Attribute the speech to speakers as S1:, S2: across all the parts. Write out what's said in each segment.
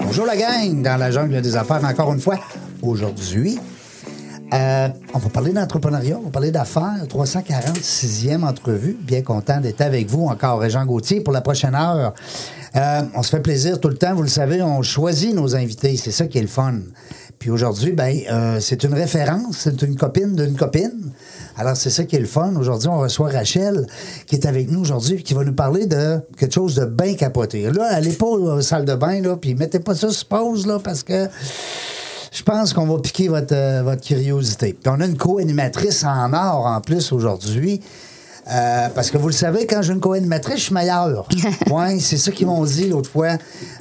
S1: Bonjour la gang dans la jungle des affaires encore une fois. Aujourd'hui, euh, on va parler d'entrepreneuriat, on va parler d'affaires. 346e entrevue. Bien content d'être avec vous encore, Régent Gauthier, pour la prochaine heure. Euh, on se fait plaisir tout le temps, vous le savez, on choisit nos invités, c'est ça qui est le fun. Puis aujourd'hui, ben, euh, c'est une référence, c'est une copine d'une copine. Alors c'est ça qui est le fun. Aujourd'hui, on reçoit Rachel qui est avec nous aujourd'hui, qui va nous parler de quelque chose de bien capoté. Là, allez pas aux salle de bain, là, puis mettez pas ça sur pause, là, parce que je pense qu'on va piquer votre, euh, votre curiosité. Puis on a une co-animatrice en or en plus aujourd'hui. Euh, parce que vous le savez, quand j'ai une co-animatrice, je suis meilleur. Oui, c'est ça qu'ils m'ont dit l'autre fois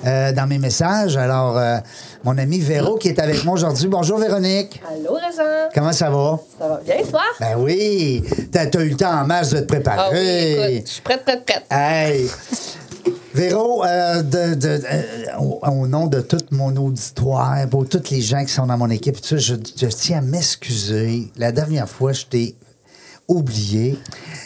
S1: euh, dans mes messages. Alors, euh, mon ami Véro qui est avec moi aujourd'hui. Bonjour Véronique.
S2: Allô, Régent?
S1: Comment ça va?
S2: Ça va bien, toi?
S1: Ben oui, t'as as eu le temps en masse de te préparer.
S2: Ah oui, écoute, je suis prête, prête, prête.
S1: Hey! Véro, euh, de- de- euh, au, au nom de tout mon auditoire, pour toutes les gens qui sont dans mon équipe, tout ça, je, je tiens à m'excuser. La dernière fois, je t'ai oublié.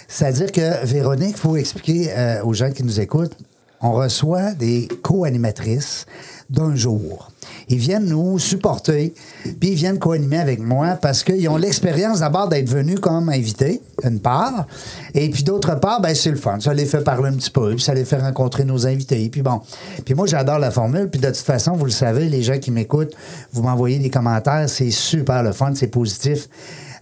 S1: C'est-à-dire que, Véronique, il faut expliquer euh, aux gens qui nous écoutent, on reçoit des co-animatrices d'un jour. Ils viennent nous supporter, puis ils viennent co-animer avec moi parce qu'ils ont l'expérience d'abord d'être venus comme invités, d'une part, et puis d'autre part, ben, c'est le fun. Ça les fait parler un petit peu, puis ça les fait rencontrer nos invités. Puis bon, puis moi, j'adore la formule, puis de toute façon, vous le savez, les gens qui m'écoutent, vous m'envoyez des commentaires, c'est super le fun, c'est positif.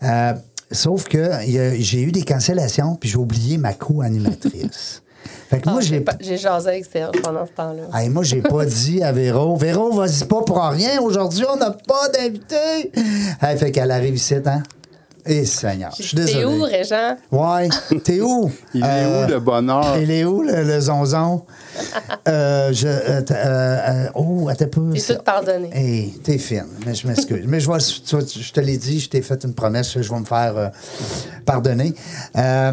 S1: Euh, sauf que il y a- j'ai eu des cancellations, puis j'ai oublié ma co-animatrice. Fait que
S2: Ah,
S1: moi, j'ai.
S2: pas- J'ai jasé avec Serge pendant ce temps-là.
S1: Hey, moi, j'ai pas dit à Véro. Véro, vas-y pas pour rien. Aujourd'hui, on n'a pas d'invité. Hey, fait qu'elle arrive ici, hein? Eh, Seigneur. Je suis
S2: T'es où,
S1: désolé.
S2: Régent?
S1: Ouais. T'es où?
S3: Il est
S1: Euh,
S3: où le bonheur?
S1: Il est où, le, le zonzon? Euh, je, euh, t- euh, euh, oh, attends un peu.
S2: J'ai tout pardonné.
S1: Hey, t'es fine, mais je m'excuse. mais je, vois, tu vois, je te l'ai dit, je t'ai fait une promesse, je vais me faire euh, pardonner. Euh,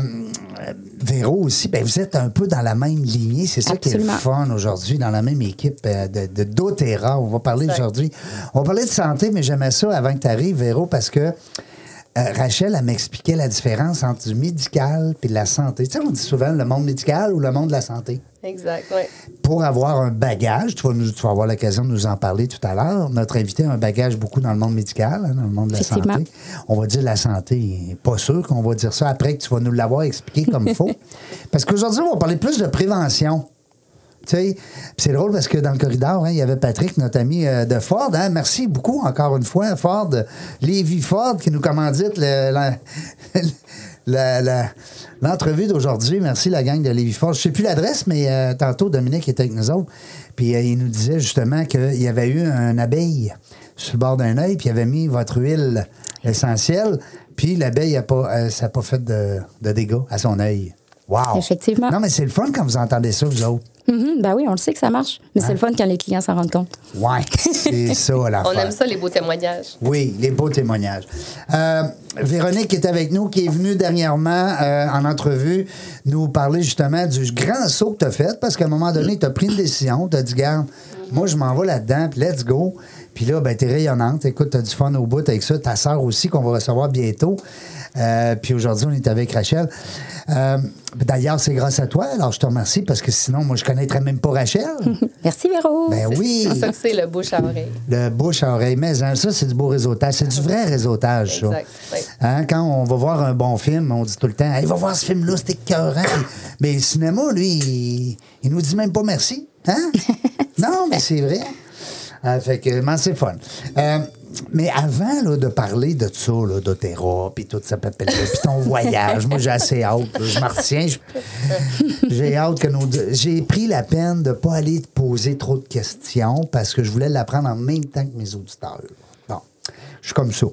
S1: Véro aussi, ben, vous êtes un peu dans la même lignée, c'est ça qui est le
S4: Absolument.
S1: fun aujourd'hui, dans la même équipe euh, de, de d'Otera. On va parler aujourd'hui. On va parler de santé, mais j'aimais ça avant que tu arrives, Véro, parce que. euh, Rachel, elle m'expliquait la différence entre du médical et de la santé. Tu sais, on dit souvent le monde médical ou le monde de la santé
S2: Exact, oui.
S1: pour avoir un bagage, tu vas, nous- tu vas avoir l'occasion de nous en parler tout à l'heure. Notre invité a un bagage beaucoup dans le monde médical, hein, dans le monde de la
S4: Effectivement.
S1: santé. On va dire la santé. Pas sûr qu'on va dire ça après que tu vas nous l'avoir expliqué comme il faut. Parce qu'aujourd'hui, on va parler plus de prévention. Tu sais, puis c'est drôle parce que dans le corridor, hein, il y avait Patrick, notre ami euh, de Ford. hein. merci beaucoup encore une fois, Ford, Lévi Ford, qui nous commandite le- la- la- la- l'entrevue d'aujourd'hui. Merci la gang de Lévi Ford. Je sais plus l'adresse, mais euh, tantôt, Dominique était avec nous autres. Puis euh, il nous disait justement qu'il y avait eu un abeille sur le bord d'un œil, puis il avait mis votre huile essentielle, puis l'abeille a pas, euh, ça n'a pas fait de, de dégâts à son œil. Wow!
S4: Effectivement.
S1: Non, mais c'est le fun quand vous entendez ça, vous autres.
S4: Mhm, ben oui, on le sait que ça marche. Mais c'est le fun quand les clients s'en rendent compte.
S1: Ouais, c'est ça la
S2: On aime ça, les beaux témoignages.
S1: Oui, les beaux témoignages. Euh, Véronique est avec nous, qui est venue dernièrement euh, en entrevue nous parler justement du grand saut que tu as fait, parce qu'à un moment donné, tu as pris une décision, tu as dit, garde, moi je m'en vais là-dedans, puis let's go. Puis là, ben, t'es rayonnante. Écoute, t'as du fun au bout avec ça. Ta sœur aussi, qu'on va recevoir bientôt. Euh, puis aujourd'hui, on est avec Rachel. Euh, D'ailleurs, c'est grâce à toi. Alors, je te remercie parce que sinon, moi, je connaîtrais même pas Rachel.
S4: Merci, Véro.
S1: Ben oui.
S2: C'est ça que c'est le bouche à oreille.
S1: Le bouche à oreille. Mais hein, ça, c'est du beau réseautage. C'est du vrai réseautage, ça.
S2: Exact, oui.
S1: Hein, quand on va voir un bon film, on dit tout le temps Hey, va voir ce film-là, c'est écœurant. Mais le cinéma, lui, il, il nous dit même pas merci. Hein? non, mais c'est vrai. Ah, fait que, man, c'est fun. Euh, mais avant là, de parler de ça, là, d'Otera, puis tout ça, puis ton voyage, moi j'ai assez hâte. là, Je m'en retiens. je- J'ai hâte que nos. deux- J'ai pris la peine de ne pas aller te poser trop de questions parce que je voulais l'apprendre en même temps que mes auditeurs. Bon. Je suis comme ça.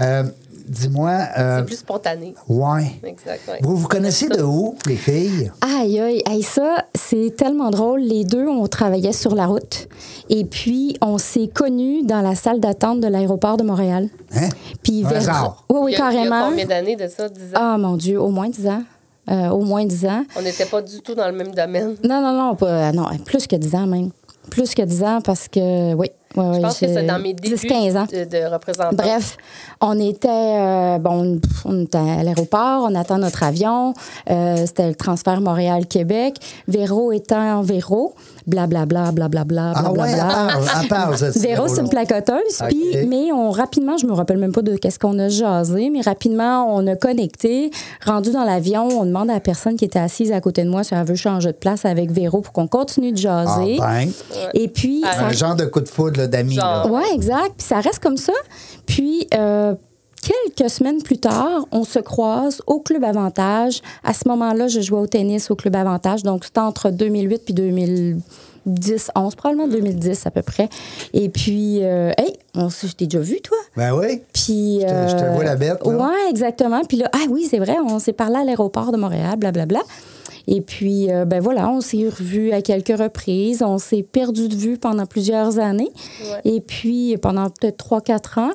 S1: Euh, Dis-moi, euh,
S2: C'est plus spontané.
S1: ouais.
S2: Exact, ouais.
S1: Vous vous connaissez de où, les filles?
S4: Aïe, aïe, aïe, ça, c'est tellement drôle. Les deux, on travaillait sur la route. Et puis, on s'est connus dans la salle d'attente de l'aéroport de Montréal.
S1: Hein?
S4: Puis,
S1: Un hasard.
S4: Oui, oui,
S2: Il y a- Il y a
S4: carrément.
S2: combien d'années de ça? 10 ans.
S4: Ah, mon Dieu, au moins 10 ans. Euh, au moins 10 ans.
S2: On n'était pas du tout dans le même domaine.
S4: Non, non, non, pas, euh, non, plus que 10 ans même. Plus que 10 ans parce que, oui. ouais,
S2: Je
S4: ouais,
S2: pense que
S4: j'ai
S2: c'est dans mes débuts
S4: 10-15 ans.
S2: de, de représentant.
S4: Bref, on était, euh, bon, on- on était à l'aéroport, on attend notre avion. euh, C'était le transfert Montréal-Québec. Véro étant Véro, blablabla, blablabla,
S1: Ah ouais, elle
S4: blablabla.
S1: parle, elle parle, cette
S4: Véro, c'est
S1: Véro-là.
S4: une placoteuse.
S1: Ah, Ok.
S4: Puis, mais on, rapidement, je me rappelle même pas de qu'est-ce qu'on a jasé, mais rapidement, on a connecté. Rendu dans l'avion, on demande à la personne qui était assise à côté de moi si elle veut changer de place avec Véro pour qu'on continue de jaser.
S1: Ah ben.
S4: Et puis,
S2: Ah,
S4: ça
S1: Un genre de coup de foudre là, d'amis.
S2: Genre.
S1: là.
S4: oui, exact. Puis ça reste comme ça. Puis euh, quelques semaines plus tard, on se croise au Club Avantage. À ce moment-là, je jouais au tennis au Club Avantage. Donc, c'était entre 2008 puis 2010, 11, probablement 2010 à peu près. Et puis, euh, hey, on, s- je t'ai déjà vu, toi?
S1: Ben oui.
S4: Puis,
S1: te- je te
S4: euh,
S1: vois la bête, là.
S4: Ouais, exactement. Puis là, ah oui, c'est vrai, on s'est parlé à l'aéroport de Montréal, blablabla. Et puis, euh, ben voilà, on s'est revus à quelques reprises. On s'est perdu de vue pendant plusieurs années.
S2: Ouais.
S4: Et puis, pendant peut-être 3-4 ans.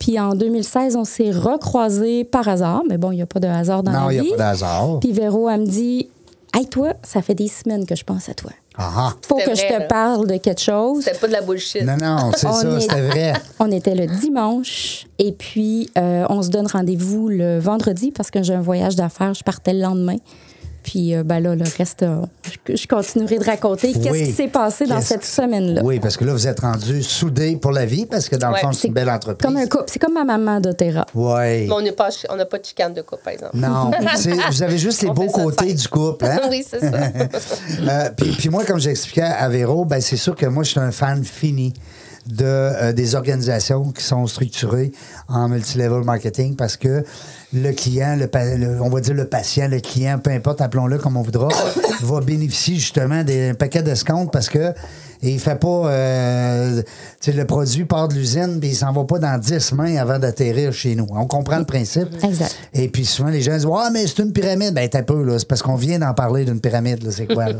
S4: Puis en 2016, on s'est recroisés par hasard. Mais bon, il n'y a pas de hasard dans
S1: Non,
S4: la
S1: il
S4: vie.
S1: n'y a pas d'hasard.
S4: Puis Véro, elle me dit Hey, toi, ça fait des semaines que je pense à toi.
S1: Ah,
S4: Faut que
S2: C'était
S4: je
S2: vrai,
S4: te
S2: là.
S4: parle de quelque chose.
S2: C'était pas de la bullshit.
S1: ah. Non, non, c'est
S4: On
S1: ça,
S4: est-
S1: c'était vrai.
S4: On était le dimanche et puis euh, on se donne rendez-vous le vendredi parce que j'ai un voyage d'affaires. Je partais le lendemain. Puis euh, ben là, le reste, euh, je, je continuerai de raconter qu'est-ce
S1: Oui.
S4: qui s'est passé dans
S1: Qu'est-ce
S4: cette
S1: qui-
S4: semaine-là.
S1: Oui, parce que là, vous êtes rendus soudés pour la vie, parce que dans le
S2: Ouais,
S1: fond, c'est une belle entreprise.
S4: Comme un couple. C'est comme ma maman d'Otera.
S1: Oui.
S2: Mais on n'a pas, on n'a pas de chicane de couple, par exemple.
S1: Non, c'est- vous avez juste les
S2: On
S1: beaux
S2: fait ça de
S1: côtés
S2: fête.
S1: du couple. Hein?
S2: oui, c'est ça.
S1: Euh, puis, puis moi, comme j'expliquais à Véro, ben, c'est sûr que moi, je suis un fan fini de, euh, des organisations qui sont structurées en multilevel marketing parce que le client, le, pa- le- on va dire le patient, le client, peu importe, appelons-le comme on voudra, va bénéficier justement d'un paquet d'escomptes parce que il fait pas... euh, tu sais, le produit part de l'usine puis il s'en va pas dans 10 mains avant d'atterrir chez nous. On comprend le principe.
S4: Exact.
S1: Et puis souvent, les gens disent Ouais, mais c'est une pyramide. Ben, t'as peu, là. C'est parce qu'on vient d'en parler d'une pyramide, là. C'est quoi, là?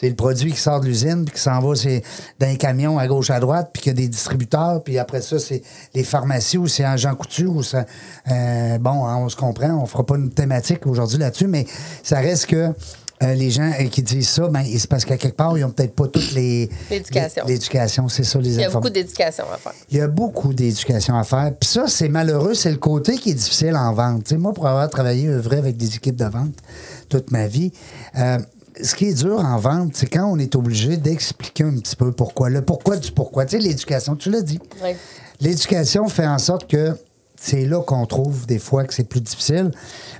S1: c'est le produit qui sort de l'usine, puis qui s'en va chez- dans un camion à gauche, à droite, puis qu'il y a des distributeurs, puis après ça, c'est les pharmacies ou c'est en Jean Coutu ou ça. euh, bon, hein, on se comprend, on fera pas une thématique aujourd'hui là-dessus, mais ça reste que. euh, les gens euh, qui disent ça, ben, c'est parce qu'à quelque part, ils n'ont peut-être pas toutes les.
S2: L'éducation.
S1: les- L'éducation, c'est ça, les
S2: Il y a
S1: inform-
S2: beaucoup d'éducation à faire.
S1: il y a beaucoup d'éducation à faire. Puis ça, c'est malheureux, c'est le côté qui est difficile en vente. Tu sais, moi, pour avoir travaillé, œuvré avec des équipes de vente toute ma vie, euh, ce qui est dur en vente, c'est quand on est obligé d'expliquer un petit peu pourquoi. Le pourquoi du pourquoi. Tu sais, l'éducation, tu l'as dit.
S2: Ouais.
S1: L'éducation fait en sorte que c'est là qu'on trouve des fois que c'est plus difficile.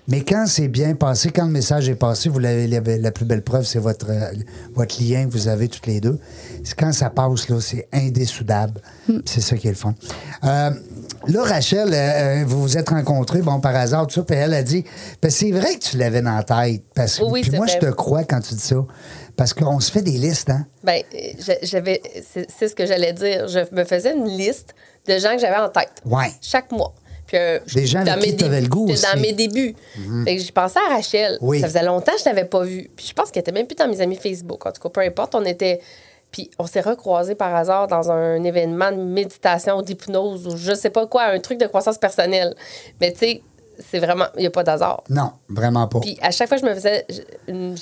S1: Mais quand c'est bien passé, quand le message est passé, vous l'avez la, la plus belle preuve, c'est votre, euh, votre lien que vous avez toutes les deux. C'est quand ça passe, là, c'est indésoudable.
S2: Hmm.
S1: C'est ça qui est le fun. Euh, là, Rachel, euh, euh, vous vous êtes rencontrés, bon, par hasard, tout ça, puis elle a dit, Ben, c'est vrai que tu l'avais dans la tête. Parce, que
S2: Oui, oui,
S1: puis
S2: c'est
S1: moi,
S2: vrai.
S1: je te crois quand tu dis ça. Parce qu'on se fait des listes, hein?
S2: Ben, euh, j'a- j'avais, c'est c'est ce que j'allais dire. Je me faisais une liste de gens que j'avais en tête.
S1: Ouais.
S2: Chaque mois. Puis, euh,
S1: Des gens avec
S2: mes
S1: qui t'avais
S2: débuts-
S1: le goût
S2: j'étais
S1: aussi. Mhm.
S2: Dans mes débuts. Fait que je pensais à Rachel.
S1: Oui.
S2: Ça faisait longtemps que je l'avais pas vue. Puis je pense qu'elle était même plus dans mes amis Facebook. En tout cas, peu importe, on était. Puis on s'est recroisés par hasard dans un événement de méditation, d'hypnose ou je sais pas quoi, un truc de croissance personnelle. Mais tu sais, c'est vraiment. Il n'y a pas d'hasard.
S1: Non, vraiment pas.
S2: Puis à chaque fois, je me faisais une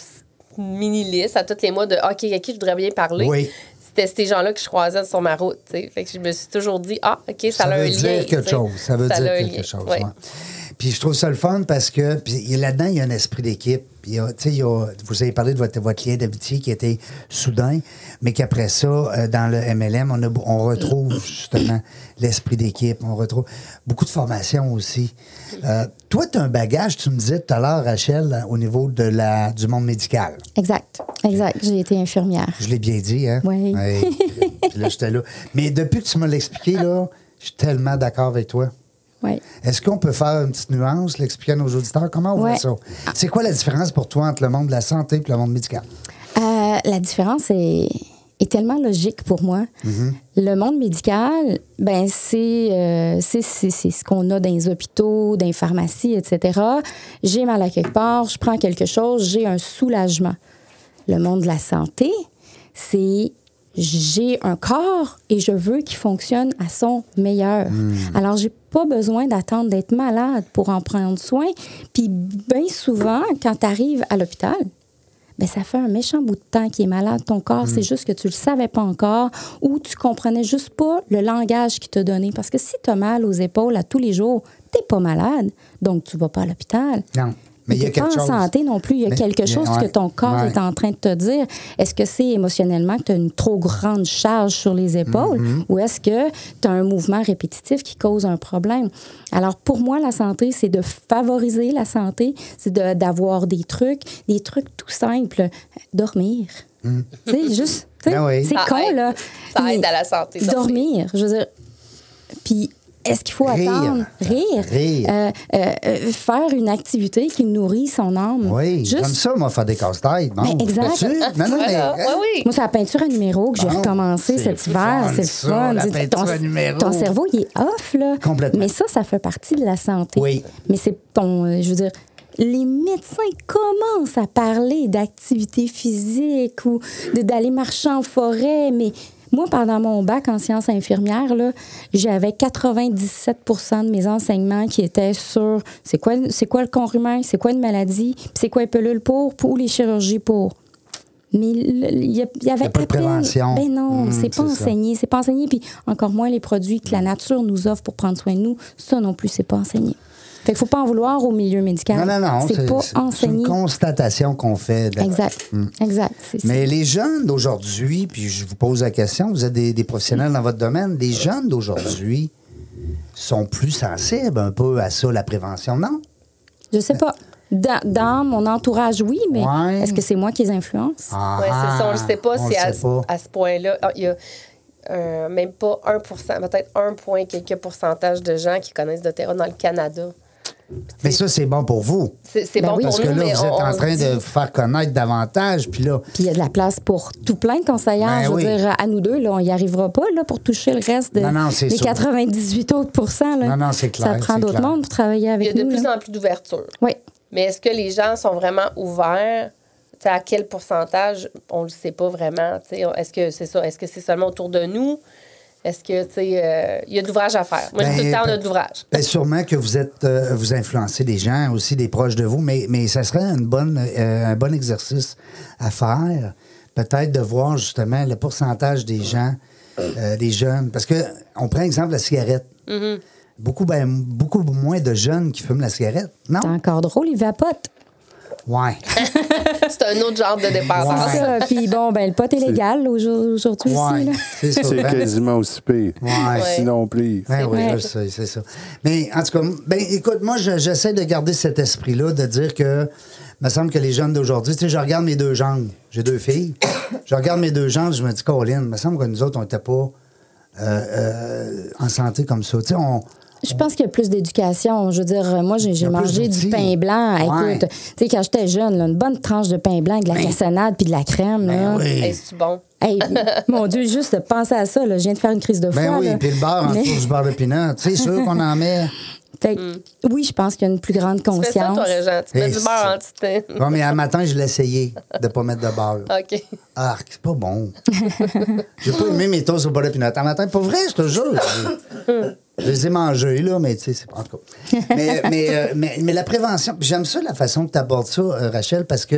S2: mini liste à tous les mois de ah, OK, à qui je voudrais bien parler.
S1: Oui.
S2: C'était ces gens-là que je croisais sur ma route. tu sais. Fait que je me suis toujours dit Ah, OK, ça,
S1: Ça
S2: a un
S1: veut
S2: lien.
S1: dire
S2: tu
S1: quelque
S2: sais.
S1: chose. Ça veut
S2: a
S1: dire
S2: un
S1: quelque
S2: lien,
S1: chose.
S2: ouais.
S1: ouais. Puis je trouve ça le fun parce que puis il- là-dedans, il y a un esprit d'équipe. Puis il y a- tu sais, il y a- vous avez parlé de votre, votre lien d'amitié qui était soudain, mais qu'après ça, euh, dans le MLM, on, a beau- on retrouve justement l'esprit d'équipe. On retrouve beaucoup de formations aussi. Euh, toi, tu as un bagage, tu me disais tout à l'heure, Rachel, au niveau de la, du monde médical.
S4: Exact. Exact. J'ai été infirmière.
S1: Je l'ai bien dit, hein?
S4: Oui.
S1: Ouais. Puis là, j'étais là. Mais depuis que tu m'as l'expliqué, là, je suis tellement d'accord avec toi.
S4: Ouais.
S1: Est-ce qu'on peut faire une petite nuance, l'expliquer à nos auditeurs? Comment on
S4: Ouais.
S1: voit ça? C'est
S4: Mm.
S1: quoi la différence pour toi entre le monde de la santé et le monde médical?
S4: Euh, la différence est, est tellement logique pour moi. Le monde médical, ben c'est euh, c'est- c'est- c'est ce qu'on a dans les hôpitaux, dans les pharmacies, etc. J'ai mal à quelque part, je prends quelque chose, j'ai un soulagement. Le monde de la santé, c'est j'ai un corps et je veux qu'il fonctionne à son meilleur. Alors, j'ai pas besoin d'attendre d'être malade pour en prendre soin. Puis, bien souvent, quand tu arrives à l'hôpital, ben, ça fait un méchant bout de temps qui est malade, ton corps. C'est
S1: Hmm.
S4: juste que tu le savais pas encore ou tu comprenais juste pas le langage qu'il t'a donné. Parce que si tu as mal aux épaules à tous les jours, t'es pas malade, donc tu vas pas à l'hôpital.
S1: Non. Mais il y a
S4: T'es pas
S1: quelque
S4: en
S1: chose.
S4: santé non plus. Il y a
S1: Mais-
S4: quelque
S1: mais-
S4: chose
S1: ouais,
S4: que ton corps
S1: ouais.
S4: est en train de te dire. Est-ce que c'est émotionnellement que tu as une trop grande charge sur les épaules
S1: Mm-hmm.
S4: ou est-ce que tu as un mouvement répétitif qui cause un problème? Alors, pour moi, la santé, c'est de favoriser la santé, c'est de- d'avoir des trucs, des trucs tout simples. Dormir. Tu sais, juste. tu sais,
S1: Ben Mm. oui.
S4: C'est
S2: Ça
S4: con,
S2: aide.
S4: là.
S2: Ça
S4: mais
S2: aide à la santé, dormir.
S4: Dormir. Je veux dire. Puis, est-ce qu'il faut
S1: Rire.
S4: attendre? Rire.
S1: Rire.
S4: Euh, euh, euh, faire une activité qui nourrit son âme.
S1: Oui,
S4: Juste-
S1: comme ça, moi, faire des casse-têtes. Bon,
S4: Mais exact.
S1: là-dessus. Non,
S2: Voilà.
S1: non, mais. hein?
S2: Ouais, oui.
S4: Moi, c'est la peinture à numéro que j'ai
S1: Bon,
S4: recommencé
S1: Ah, c'est
S4: cet hiver.
S1: fun,
S4: C'est le
S1: ça,
S4: fun.
S1: la
S4: C'est-
S1: peinture à numéro.
S4: ton cerveau, il est off, là.
S1: Complètement.
S4: Mais ça, ça fait partie de la santé.
S1: Oui.
S4: Mais c'est ton. euh, Je veux dire. Les médecins commencent à parler d'activité physique ou de- d'aller marcher en forêt, mais moi, pendant mon bac en sciences infirmières, là, j'avais 97 de mes enseignements qui étaient sur c'est quoi, c'est quoi le corps humain, c'est quoi une maladie, puis c'est quoi les pilules pour, pour ou les chirurgies pour. Mais le- le- il y, a- il
S1: Il
S4: y avait
S1: y a pas de
S4: à peine-
S1: prévention.
S4: Ben non,
S1: Mm,
S4: c'est pas
S1: c'est ça. Hmm.
S4: enseigné, c'est pas enseigné. Puis encore moins les produits que la nature nous offre pour prendre soin de nous, ça non plus, c'est pas enseigné. Fait qu'il faut pas en vouloir au milieu médical.
S1: Non, non, non.
S4: C'est pas
S1: C'est une
S4: enseigné.
S1: constatation qu'on fait. de-
S4: Exact, exact. c'est ça.
S1: Mais les jeunes d'aujourd'hui, puis je vous pose la question, vous êtes des, des professionnels dans votre domaine, les jeunes d'aujourd'hui sont plus sensibles un peu à ça, la prévention, non?
S4: Je sais pas. Dans, dans mon entourage, oui, mais
S1: Ouais.
S4: est-ce que c'est moi qui les influence?
S1: Ah,
S2: Oui, c'est ça. On ne sait pas
S1: on
S2: si
S1: le
S2: à,
S1: sait pas.
S2: à ce point-là, ah, il y a euh, même pas 1 peut-être 1 point quelques pourcentages de gens qui connaissent doTERRA dans le Canada.
S1: Mais ça, c'est bon pour vous.
S2: C'est c'est
S4: Ben
S2: bon
S4: oui.
S2: pour
S1: Parce que
S2: nous,
S1: là,
S2: mais
S1: vous êtes
S2: on-
S1: en
S2: on
S1: train
S2: se
S1: de
S2: dit-
S1: vous faire connaître davantage, puis là,
S4: Puis il y a de la place pour tout plein de conseillères.
S1: Ben
S4: je veux
S1: oui.
S4: dire, à nous deux, là, on n'y arrivera pas là, pour toucher le reste de
S1: Non, non, c'est
S4: les
S1: sûr.
S4: 98 autres pourcents, là.
S1: Non, non, c'est clair,
S4: Ça prend
S1: c'est
S4: d'autres
S1: clair.
S4: mondes pour travailler
S2: Il y a
S4: avec
S2: de
S4: nous.
S2: plus
S4: là.
S2: en plus d'ouverture.
S4: Oui.
S2: Mais est-ce que les gens sont vraiment ouverts? Tu sais, à quel pourcentage? On ne le sait pas vraiment. tu sais. Est-ce que c'est ça? Est-ce que c'est seulement autour de nous? Est-ce que, tu sais, euh, il y a de l'ouvrage à faire? Moi, je dis tout le
S1: Ben,
S2: temps, on a
S1: ben-
S2: de l'ouvrage.
S1: Bien, sûrement que vous êtes euh, vous influencez des gens aussi, des proches de vous, mais, mais ça serait une bonne, euh, un bon exercice à faire. Peut-être de voir justement le pourcentage des gens, euh, des jeunes. Parce que on prend exemple la cigarette. Beaucoup, ben, beaucoup moins de jeunes qui fument la cigarette. Non?
S4: C'est encore drôle, il vapote.
S1: Ouais.
S2: C'est un autre genre de dépendance.
S1: Ouais.
S4: Ça, Puis bon, ben, le pot est légal aujourd'hui aujourd'hui aussi.
S1: Ouais.
S4: là.
S1: C'est sûr,
S3: C'est
S1: hein?
S3: quasiment aussi pire.
S1: Ouais.
S3: Sinon plus.
S1: Ben oui,
S4: vrai.
S1: je sais, c'est ça. Mais en tout cas, ben, écoute, moi, je- j'essaie de garder cet esprit-là, de dire que, me semble que les jeunes d'aujourd'hui, tu sais, je regarde mes deux jambes, j'ai deux filles, je regarde mes deux jambes, je me dis, Colin, me semble que nous autres, on n'était pas euh, euh, en santé comme ça. Tu sais, on.
S4: Je pense qu'il y a plus d'éducation. Je veux dire, moi, j'ai
S1: y
S4: j'ai
S1: a plus
S4: mangé du
S1: d'outils.
S4: pain blanc.
S1: Ouais.
S4: Écoute, tu sais, quand j'étais jeune, là, une bonne tranche de pain blanc, avec de la cassonade puis de la crème. là.
S1: Ben
S2: Hey,
S1: oui.
S2: C'est-tu bon?
S4: Hey, mon Dieu, juste de penser à ça, là, je viens de faire une crise de foi.
S1: Ben oui,
S4: là.
S1: puis le bar, en
S4: Mais-
S1: dessous du bar de pinot, c'est sûr qu'on en met.
S4: Fait que, Oui, je pense qu'il y a une plus grande
S2: Mm. Tu fais ça,
S4: conscience.
S2: toi, Régent? Tu mets
S1: Hey,
S2: du beurre en
S1: c'est-
S2: dessous.
S1: Bon, mais à matin, je l'ai essayé de ne pas mettre de beurre.
S2: OK.
S1: Ah, c'est pas bon. J'ai pas aimé mes toasts au bol de pinot. En matin, pour vrai, je te jure. Je les ai mangés, là, mais tu sais, c'est pas en tout cas. Mais, mais, euh, mais- mais la prévention, puis j'aime ça la façon que tu abordes ça, euh, Rachel, parce que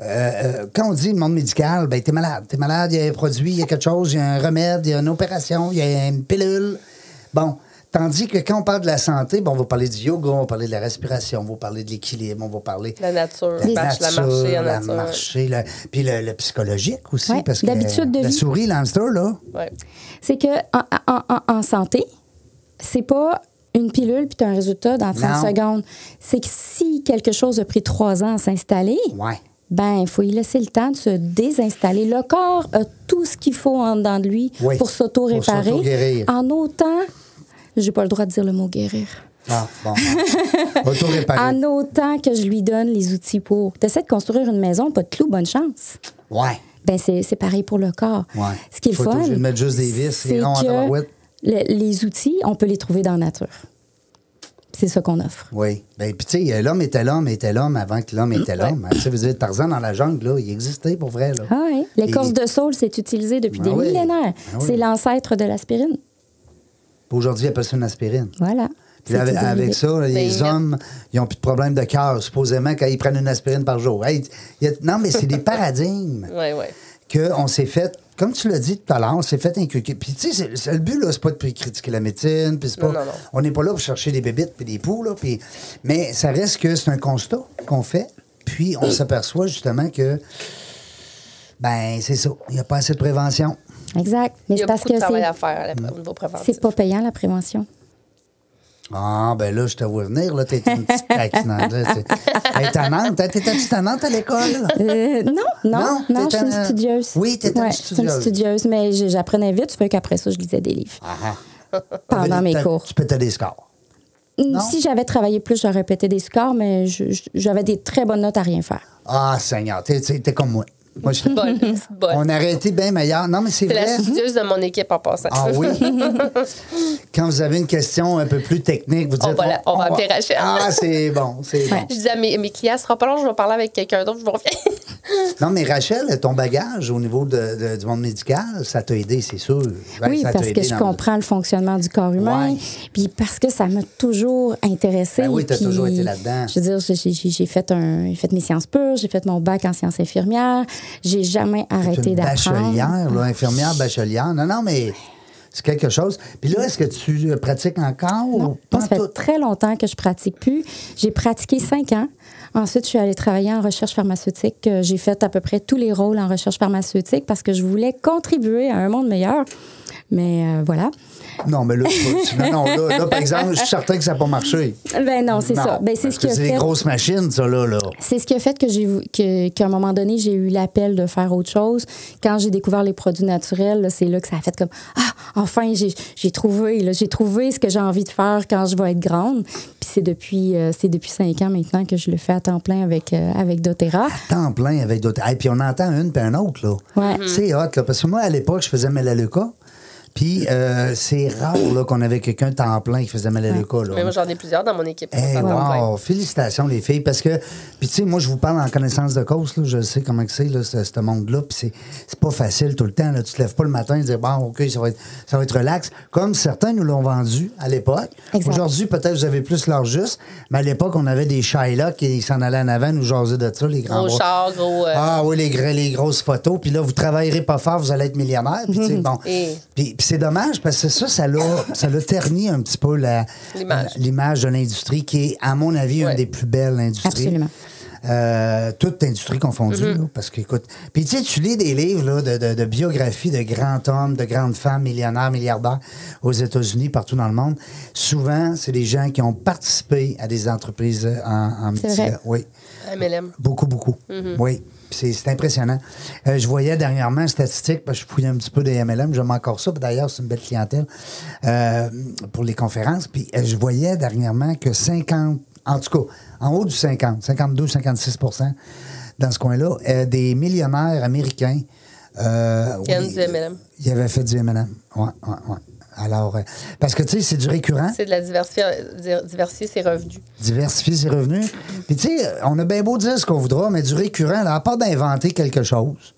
S1: euh, euh, quand on dit le monde médical, ben t'es malade. T'es malade, il y a un produit, il y a quelque chose, il y a un remède, il y a une opération, il y a une pilule. Bon. Tandis que quand on parle de la santé, ben, on va parler du yoga, on va parler de la respiration, on va parler de l'équilibre, on va parler
S2: La nature.
S1: la
S2: marche, la
S1: nature,
S2: marcher,
S1: la
S2: la nature.
S1: marcher, le- puis le, le psychologique aussi.
S4: Ouais,
S1: parce que
S4: d'habitude de
S1: la
S4: vie.
S1: souris, l'hamster, là.
S2: Ouais.
S4: C'est que en, en- en- en santé, c'est pas une pilule puis tu as un résultat dans 30
S1: Non.
S4: secondes. C'est que si quelque chose a pris trois ans à s'installer,
S1: Ouais.
S4: ben il faut y laisser le temps de se désinstaller. Le corps a tout ce qu'il faut en dedans de lui
S1: Oui.
S4: pour
S1: Pour
S4: s'auto-réparer.
S1: s'auto-guérir.
S4: En autant, j'ai pas le droit de dire le mot guérir.
S1: Ah, bon. Auto-réparé.
S4: En autant que je lui donne les outils pour. Tu de construire une maison, pas de clous, bonne chance.
S1: Ouais.
S4: ben c'est c'est pareil pour le corps.
S1: Ouais.
S4: Ce qui est le
S1: Faut être
S4: fun,
S1: obligé de mettre juste des vis et
S4: c'est
S1: non en
S4: que
S1: tabarouette.
S4: le- les outils, on peut les trouver dans la nature. C'est ça qu'on offre.
S1: Oui. Ben, puis, tu sais, l'homme était l'homme, était l'homme avant que l'homme était l'homme. hein. Tu sais, vous dire, Tarzan dans la jungle, là, il existait pour vrai. Là.
S4: Ah oui. L'écorce
S1: Et-
S4: de saule, c'est utilisé depuis
S1: Ah
S4: des
S1: oui.
S4: millénaires.
S1: Ah oui.
S4: C'est l'ancêtre de l'aspirine.
S1: Aujourd'hui, il appelle ça une aspirine.
S4: Voilà.
S1: Puis là,
S4: C'est
S1: avec,
S4: une
S1: avec
S4: dérivée.
S1: ça, là, les
S2: Ben,
S1: hommes, ils n'ont plus de problème de cœur, supposément, quand ils prennent une aspirine par jour. Hey, il y a- non, mais c'est des paradigmes
S2: Oui, oui.
S1: qu'on s'est fait, comme tu l'as dit tout à l'heure, on s'est fait inculquer. Puis, tu sais, c'est- c'est- le but, là, c'est pas de critiquer la médecine, puis c'est pas.
S2: Non, non, non.
S1: On n'est pas là pour chercher des bébites puis des poux, là. Puis, mais ça reste que c'est un constat qu'on fait, puis
S2: Euh.
S1: on s'aperçoit justement que. Ben, c'est ça. Il n'y a pas assez de prévention.
S4: Exact. Mais
S2: Il y
S4: c'est
S2: a
S4: parce
S2: beaucoup
S4: que
S2: de travail
S4: c'est-
S2: à faire à la- au niveau préventif.
S4: c'est pas payant, la prévention.
S1: Ah, ben là, je te vois venir, là. T'es une petite taquinante, là. T'es- Hey, tannante. T'es- T'étais-tu tannante à l'école, là?
S4: Euh, non, non,
S1: Non,
S4: non,
S1: t'es
S4: je suis une
S1: un-
S4: studieuse.
S1: Oui, t'es une
S4: Ouais, Je suis
S1: studieuse.
S4: une studieuse, mais j'ai- j'apprenais vite. Tu veux qu'après ça, je lisais des livres
S1: Ah,
S4: pendant mes cours.
S1: Tu pétais des scores. non?
S4: Si j'avais travaillé plus, j'aurais pété des scores, mais je- je- j'avais des très bonnes notes à rien faire.
S1: Ah, Seigneur, t'es- t'es t'es comme moi. Moi, je
S2: Bonne, c'est bonne.
S1: On a arrêté bien meilleur. Non, mais c'est
S2: C'est la
S1: vrai. hein?
S2: studieuse de mon équipe en passant.
S1: Ah oui. Quand vous avez une question un peu plus technique, vous dites.
S2: On va la- Oh, on va appeler Rachel.
S1: Ah, c'est bon, c'est bon.
S2: Je disais à mes, mes clients, ce sera pas long, je vais parler avec quelqu'un d'autre, je vous reviens.
S1: Non, mais Rachel, ton bagage au niveau de- de- du monde médical, ça t'a aidé, c'est sûr. Ouais,
S4: oui,
S1: Ben, ça t'a
S4: parce que
S1: aidé
S4: je
S1: dans-
S4: comprends le fonctionnement du corps humain,
S1: Ouais.
S4: puis parce que ça m'a toujours intéressée.
S1: Ben oui, t'as
S4: puis,
S1: toujours été là-dedans.
S4: Je veux dire, j'ai- j'ai j'ai fait, un- j'ai fait mes sciences pures, j'ai fait mon bac en sciences infirmières, j'ai jamais
S1: C'est
S4: arrêté
S1: une
S4: d'apprendre.
S1: bachelière, là, infirmière bachelière. Non, non, mais c'est quelque chose. Puis là, est-ce que tu euh, pratiques encore ou
S4: Non,
S1: pas
S4: ça fait
S1: tout?
S4: très longtemps que je pratique plus. J'ai pratiqué cinq ans. Ensuite, je suis allée travailler en recherche pharmaceutique. Euh, J'ai fait à peu près tous les rôles en recherche pharmaceutique parce que je voulais contribuer à un monde meilleur. Mais euh, voilà.
S1: Non, mais là, tu- non, non, là, là, par exemple, je suis certain que ça n'a pas marché.
S4: Ben non, c'est
S1: Non,
S4: ça. Ben, c'est
S1: parce
S4: ce
S1: que
S4: qui a
S1: c'est des
S4: fait.
S1: grosses machines, ça, là. là.
S4: C'est ce qui a fait que j'ai vou- que- qu'à un moment donné, j'ai eu l'appel de faire autre chose. Quand j'ai découvert les produits naturels, là, c'est là que ça a fait comme Ah, enfin, j'ai j'ai trouvé, là, j'ai trouvé ce que j'ai envie de faire quand je vais être grande. Puis c'est depuis, euh, c'est depuis cinq ans maintenant que je le fais à temps plein avec, euh, avec doTERRA.
S1: temps plein avec d'autres. Et puis on entend une puis un autre, là.
S4: Ouais. Mhm.
S1: C'est hot, là. Parce que moi, à l'époque, je faisais Melaleuca. Puis euh, c'est rare, là, qu'on avait quelqu'un temps plein qui faisait Melaleuca, là.
S2: Mais moi, j'en ai plusieurs dans mon équipe.
S1: Hey,
S2: Ça tombe bien.
S1: wow, félicitations les filles, parce que, puis tu sais, moi je vous parle en connaissance de cause, là, je sais comment que c'est, là, ce, ce monde-là, puis c'est, c'est pas facile tout le temps, là. tu te lèves pas le matin et dis, bon, ok, ça va, être, ça va être relax, comme certains nous l'ont vendu à l'époque.
S4: Exact.
S1: Aujourd'hui, peut-être vous avez plus l'heure juste, mais à l'époque, on avait des Shyla qui s'en allaient en avant, nous jaser de ça, les grands
S2: Gros
S1: bras.
S2: char, gros. euh,
S1: Ah oui, les, gra- les grosses photos. Puis là, vous travaillerez pas fort, vous allez être millionnaire. Puis, tu sais, bon.
S2: Et-
S1: Puis- puis c'est dommage parce que ça, ça l'a, ça l'a terni un petit peu la,
S2: L'image.
S1: l'image de l'industrie qui est, à mon avis,
S2: Ouais.
S1: une des plus belles industries.
S4: Absolument.
S1: Euh, toute industrie confondue,
S2: Mm-hmm.
S1: là, parce que, écoute, puis tu sais, tu lis des livres là, de, de, de biographies de grands hommes, de grandes femmes, millionnaires, milliardaires aux États-Unis, partout dans le monde. Souvent, c'est des gens qui ont participé à des entreprises en, en
S4: C'est
S1: métier,
S4: vrai.
S1: là. Oui.
S2: MLM.
S1: Beaucoup, beaucoup. Oui. Puis C'est c'est impressionnant. Euh, je voyais dernièrement une statistique, parce que je fouillais un petit peu des MLM, j'aime encore ça. puis D'ailleurs, c'est une belle clientèle euh, pour les conférences. Puis euh, je voyais dernièrement que 50, en tout cas, en haut du 50, 52, 56 dans ce coin-là, euh, des millionnaires américains. Euh,
S2: Qui aiment
S1: oui,
S2: du MLM.
S1: Ils avaient fait du MLM. Oui, oui, oui. Alors, euh, parce que tu sais, c'est du récurrent.
S2: C'est de la diversifier, di- diversifier ses revenus.
S1: diversifier ses revenus. Puis tu sais, on a bien beau dire ce qu'on voudra, mais du récurrent, là, à part d'inventer quelque chose,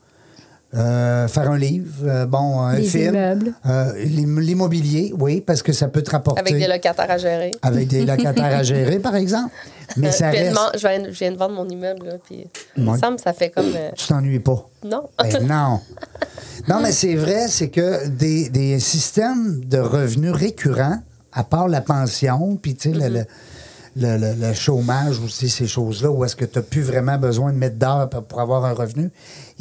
S1: euh, faire un livre, euh, bon, un
S4: Des
S1: film,
S4: immeubles.
S1: euh, l'im- l'immobilier, oui, parce que ça peut te rapporter
S2: Avec des locataires à gérer.
S1: avec des locataires à gérer, par exemple. Mais
S2: Euh,
S1: ça
S2: puis elle
S1: reste,
S2: demande- je, viens, je viens de vendre mon immeuble, là, puis
S1: Ouais.
S2: ça me ça fait comme. euh,
S1: tu t'ennuies pas.
S2: non.
S1: Ben non. Non, mais c'est vrai, c'est que des, des systèmes de revenus récurrents, à part la pension, puis tu sais, le- le, le- le- le chômage aussi, ces choses-là, où est-ce que tu n'as plus vraiment besoin de mettre d'heures pour, pour avoir un revenu,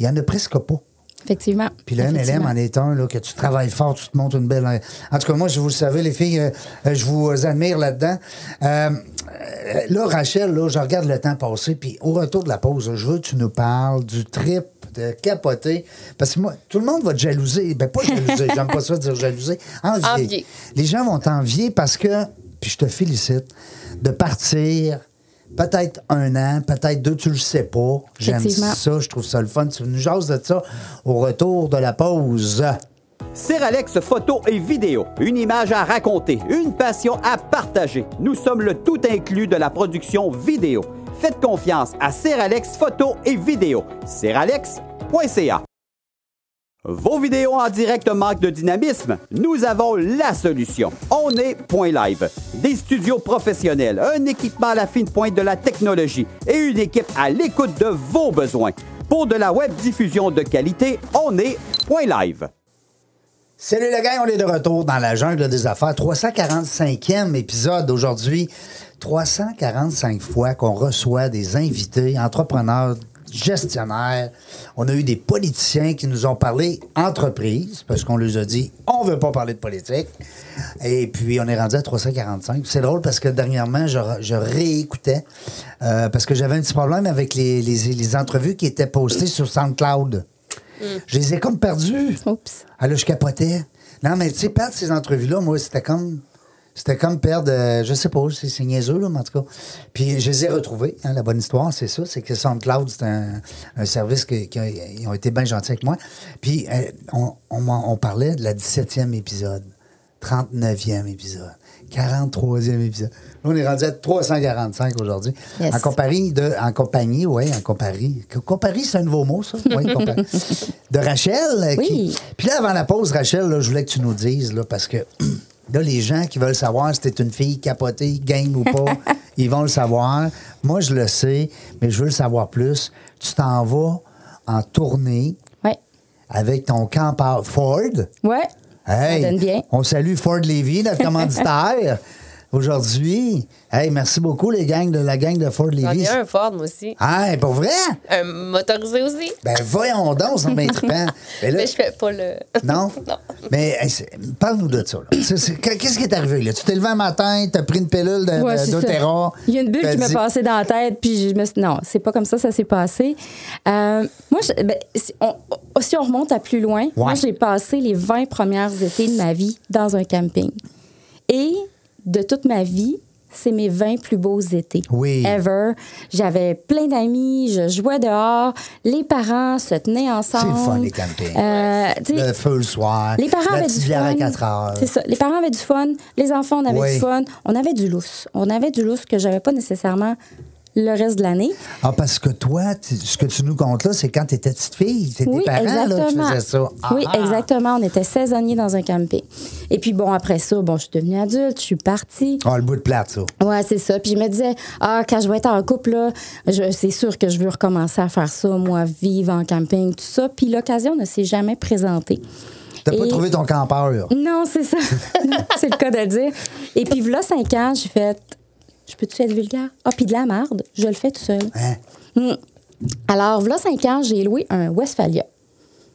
S1: il n'y en a presque pas.
S4: Effectivement.
S1: Puis le MLM
S4: Effectivement.
S1: en est un, là, que tu travailles fort, tu te montes une belle. En tout cas, moi, je vous le savez, les filles, euh, euh, je vous admire là-dedans. Euh, euh, là, Rachel, là, je regarde le temps passer, puis au retour de la pause, je veux que tu nous parles du trip de capoter. Parce que moi, tout le monde va te jalouser. Ben, pas jalouser, j'aime pas ça dire jalouser. Envier.
S2: Envier.
S1: Les gens vont t'envier parce que, puis je te félicite, de partir peut-être un an, peut-être deux, tu le sais pas. J'aime
S4: Effectivement.
S1: ça, je trouve ça le fun. Tu nous jases de ça au retour de la pause.
S3: Seralex photo et vidéo, une image à raconter, une passion à partager. Nous sommes le tout inclus de la production vidéo. Faites confiance à Seralex photo et vidéo. Seralex.ca vos vidéos en direct manquent de dynamisme? Nous avons la solution. On est Point Live. Des studios professionnels, un équipement à la fine pointe de la technologie et une équipe à l'écoute de vos besoins. Pour de la web diffusion de qualité, on est Point Live.
S1: Salut le gang, on est de retour dans la jungle des affaires. 345e épisode aujourd'hui. 345 fois qu'on reçoit des invités, entrepreneurs, gestionnaires. On a eu des politiciens qui nous ont parlé entreprise parce qu'on leur a dit on veut pas parler de politique. Et puis on est rendu à 345. C'est drôle parce que dernièrement, je, je réécoutais euh, parce que j'avais un petit problème avec les, les- les entrevues qui étaient postées sur SoundCloud. Je les ai comme perdues.
S4: Oups.
S1: Ah là, je capotais. Non, mais tu sais, perdre ces entrevues-là, moi, c'était comme. C'était comme perdre, euh, je sais pas, c'est c'est niaiseux, là, mais en tout cas. Puis je les ai retrouvés. hein, la bonne histoire, c'est ça. C'est que SoundCloud, c'est un, un service que- que- ils ont été bien gentils avec moi. Puis euh, on, on m'en- on parlait de la 17e épisode, 39e épisode, 43e épisode. Là, on est rendu à 345 aujourd'hui.
S4: Yes.
S1: En compagnie de. En compagnie, oui, en compagnie. Co- Compagnie, c'est un nouveau mot, ça. Oui, compagnie. De Rachel. euh, qui-
S4: Oui.
S1: puis là, avant la pause, Rachel, là, je voulais que tu nous dises, là, parce que là, les gens qui veulent savoir si t'es une fille capotée, game ou pas, ils vont le savoir. Moi, je le sais, mais je veux le savoir plus. Tu t'en vas en tournée
S4: Ouais.
S1: avec ton campeur Ford.
S4: Ouais.
S1: Hey,
S4: Ça donne bien.
S1: On salue Ford Levy, notre commanditaire, aujourd'hui. Hey, merci beaucoup, les gangs de la gang de Ford
S2: J'en
S1: Levy.
S2: ai un Ford, moi aussi.
S1: Hey, pour vrai?
S2: Un motorisé aussi.
S1: Ben, voyons donc, c'est bien trippant. Ben là-
S2: Mais je fais pas le.
S1: Non?
S2: non.
S1: Mais hey, c'est- parle-nous de ça. là. C'est- c'est- Qu'est-ce qui est arrivé? Là? Tu t'es levé un matin, t'as pris une pilule de- Ben,
S4: Ouais,
S1: de-
S4: c'est ça.
S1: d'Otera.
S4: Il y a une bulle
S1: t'as
S4: qui m'a
S1: dit-
S4: passé dans la tête, puis je me suis non, c'est pas comme ça, ça s'est passé. Euh, moi, je- ben, si, on, si on remonte à plus loin, moi, j'ai passé les 20 premières étés de ma vie dans un camping. Et de toute ma vie, c'est mes 20 plus beaux étés.
S1: Oui.
S4: Ever. J'avais plein d'amis, je jouais dehors, les parents se tenaient ensemble.
S1: fun, les campings.
S4: Euh, tu sais,
S1: Le feu le soir.
S4: les parents
S1: la
S4: avaient
S1: petite
S4: du
S1: bière
S4: fun.
S1: à 4 heures.
S4: C'est ça. Les parents avaient du fun. Les enfants, on avait
S1: Oui.
S4: du fun. On avait du lousse. On avait du lousse que j'avais pas nécessairement le reste de l'année.
S1: Ah, parce que toi, tu- ce que tu nous comptes là, c'est quand t'étais petite fille. C'était
S4: Oui,
S1: tes parents là, qui
S4: exactement.
S1: faisaient ça. Ah,
S4: oui,
S1: ah.
S4: exactement. On était saisonniers dans un camping. Et puis bon, après ça, bon, je suis devenue adulte, je suis partie.
S1: Ah, le bout de plate, ça.
S4: Ouais, c'est ça. Puis je me disais, ah, quand je vais être en couple, là, je- c'est sûr que je veux recommencer à faire ça, moi, vivre en camping, tout ça. Puis l'occasion ne s'est jamais présentée.
S1: T'as pas
S4: Et-
S1: trouvé ton campeur.
S4: Non, c'est ça. c'est le cas de le dire. Et puis, voilà, cinq ans, j'ai fait. Je peux-tu être vulgaire? Ah, puis de la marde, je le fais tout seul.
S1: Hein?
S4: Mm. Alors, voilà cinq ans, j'ai loué un Westphalia.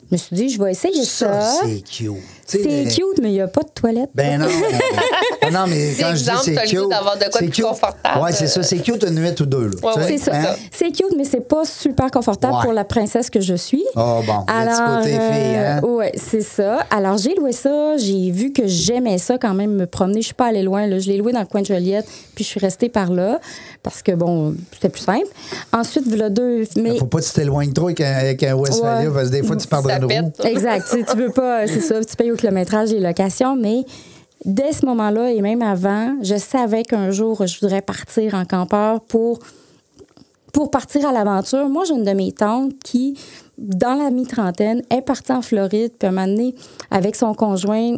S4: Je me suis dit, je vais essayer ça.
S1: Ça, c'est cute. Tu sais,
S4: C'est
S1: euh,
S4: cute, mais il n'y a pas de toilette.
S1: Ben non. Ben non, mais
S2: C'est
S1: quand je dis
S2: exemple,
S1: c'est
S2: t'as le
S1: cute.
S2: goût d'avoir de quoi de
S1: c'est
S2: plus
S1: cute.
S2: confortable. euh.
S1: Ouais, c'est ça. C'est cute une nuit ou deux. Là,
S2: Ouais,
S1: tu sais,
S4: C'est ça.
S1: hein?
S4: C'est cute, mais c'est pas super confortable
S1: Ouais.
S4: pour la princesse que je suis. euh,
S1: Oh, bon, le petit côté fille, hein?
S4: Ouais, c'est ça. Alors, j'ai loué ça. J'ai vu que j'aimais ça quand même me promener. Je suis pas allée loin. Là. Je l'ai loué dans le coin de Joliette, puis je suis restée par là parce que, bon, c'était plus simple. Ensuite, voilà deux. Mais
S1: Faut pas que tu t'éloignes trop avec un, avec un Westphalia,
S4: Ouais.
S1: parce que des fois, tu pars
S2: Ça
S1: de roue.
S2: pète.
S4: Exact. tu, sais, tu veux pas, c'est ça, tu payes au kilométrage et locations, mais dès ce moment-là et même avant, je savais qu'un jour, je voudrais partir en campeur pour, pour partir à l'aventure. Moi, j'ai une de mes tantes qui, dans la mi-trentaine, est partie en Floride, puis à un moment donné, avec son conjoint,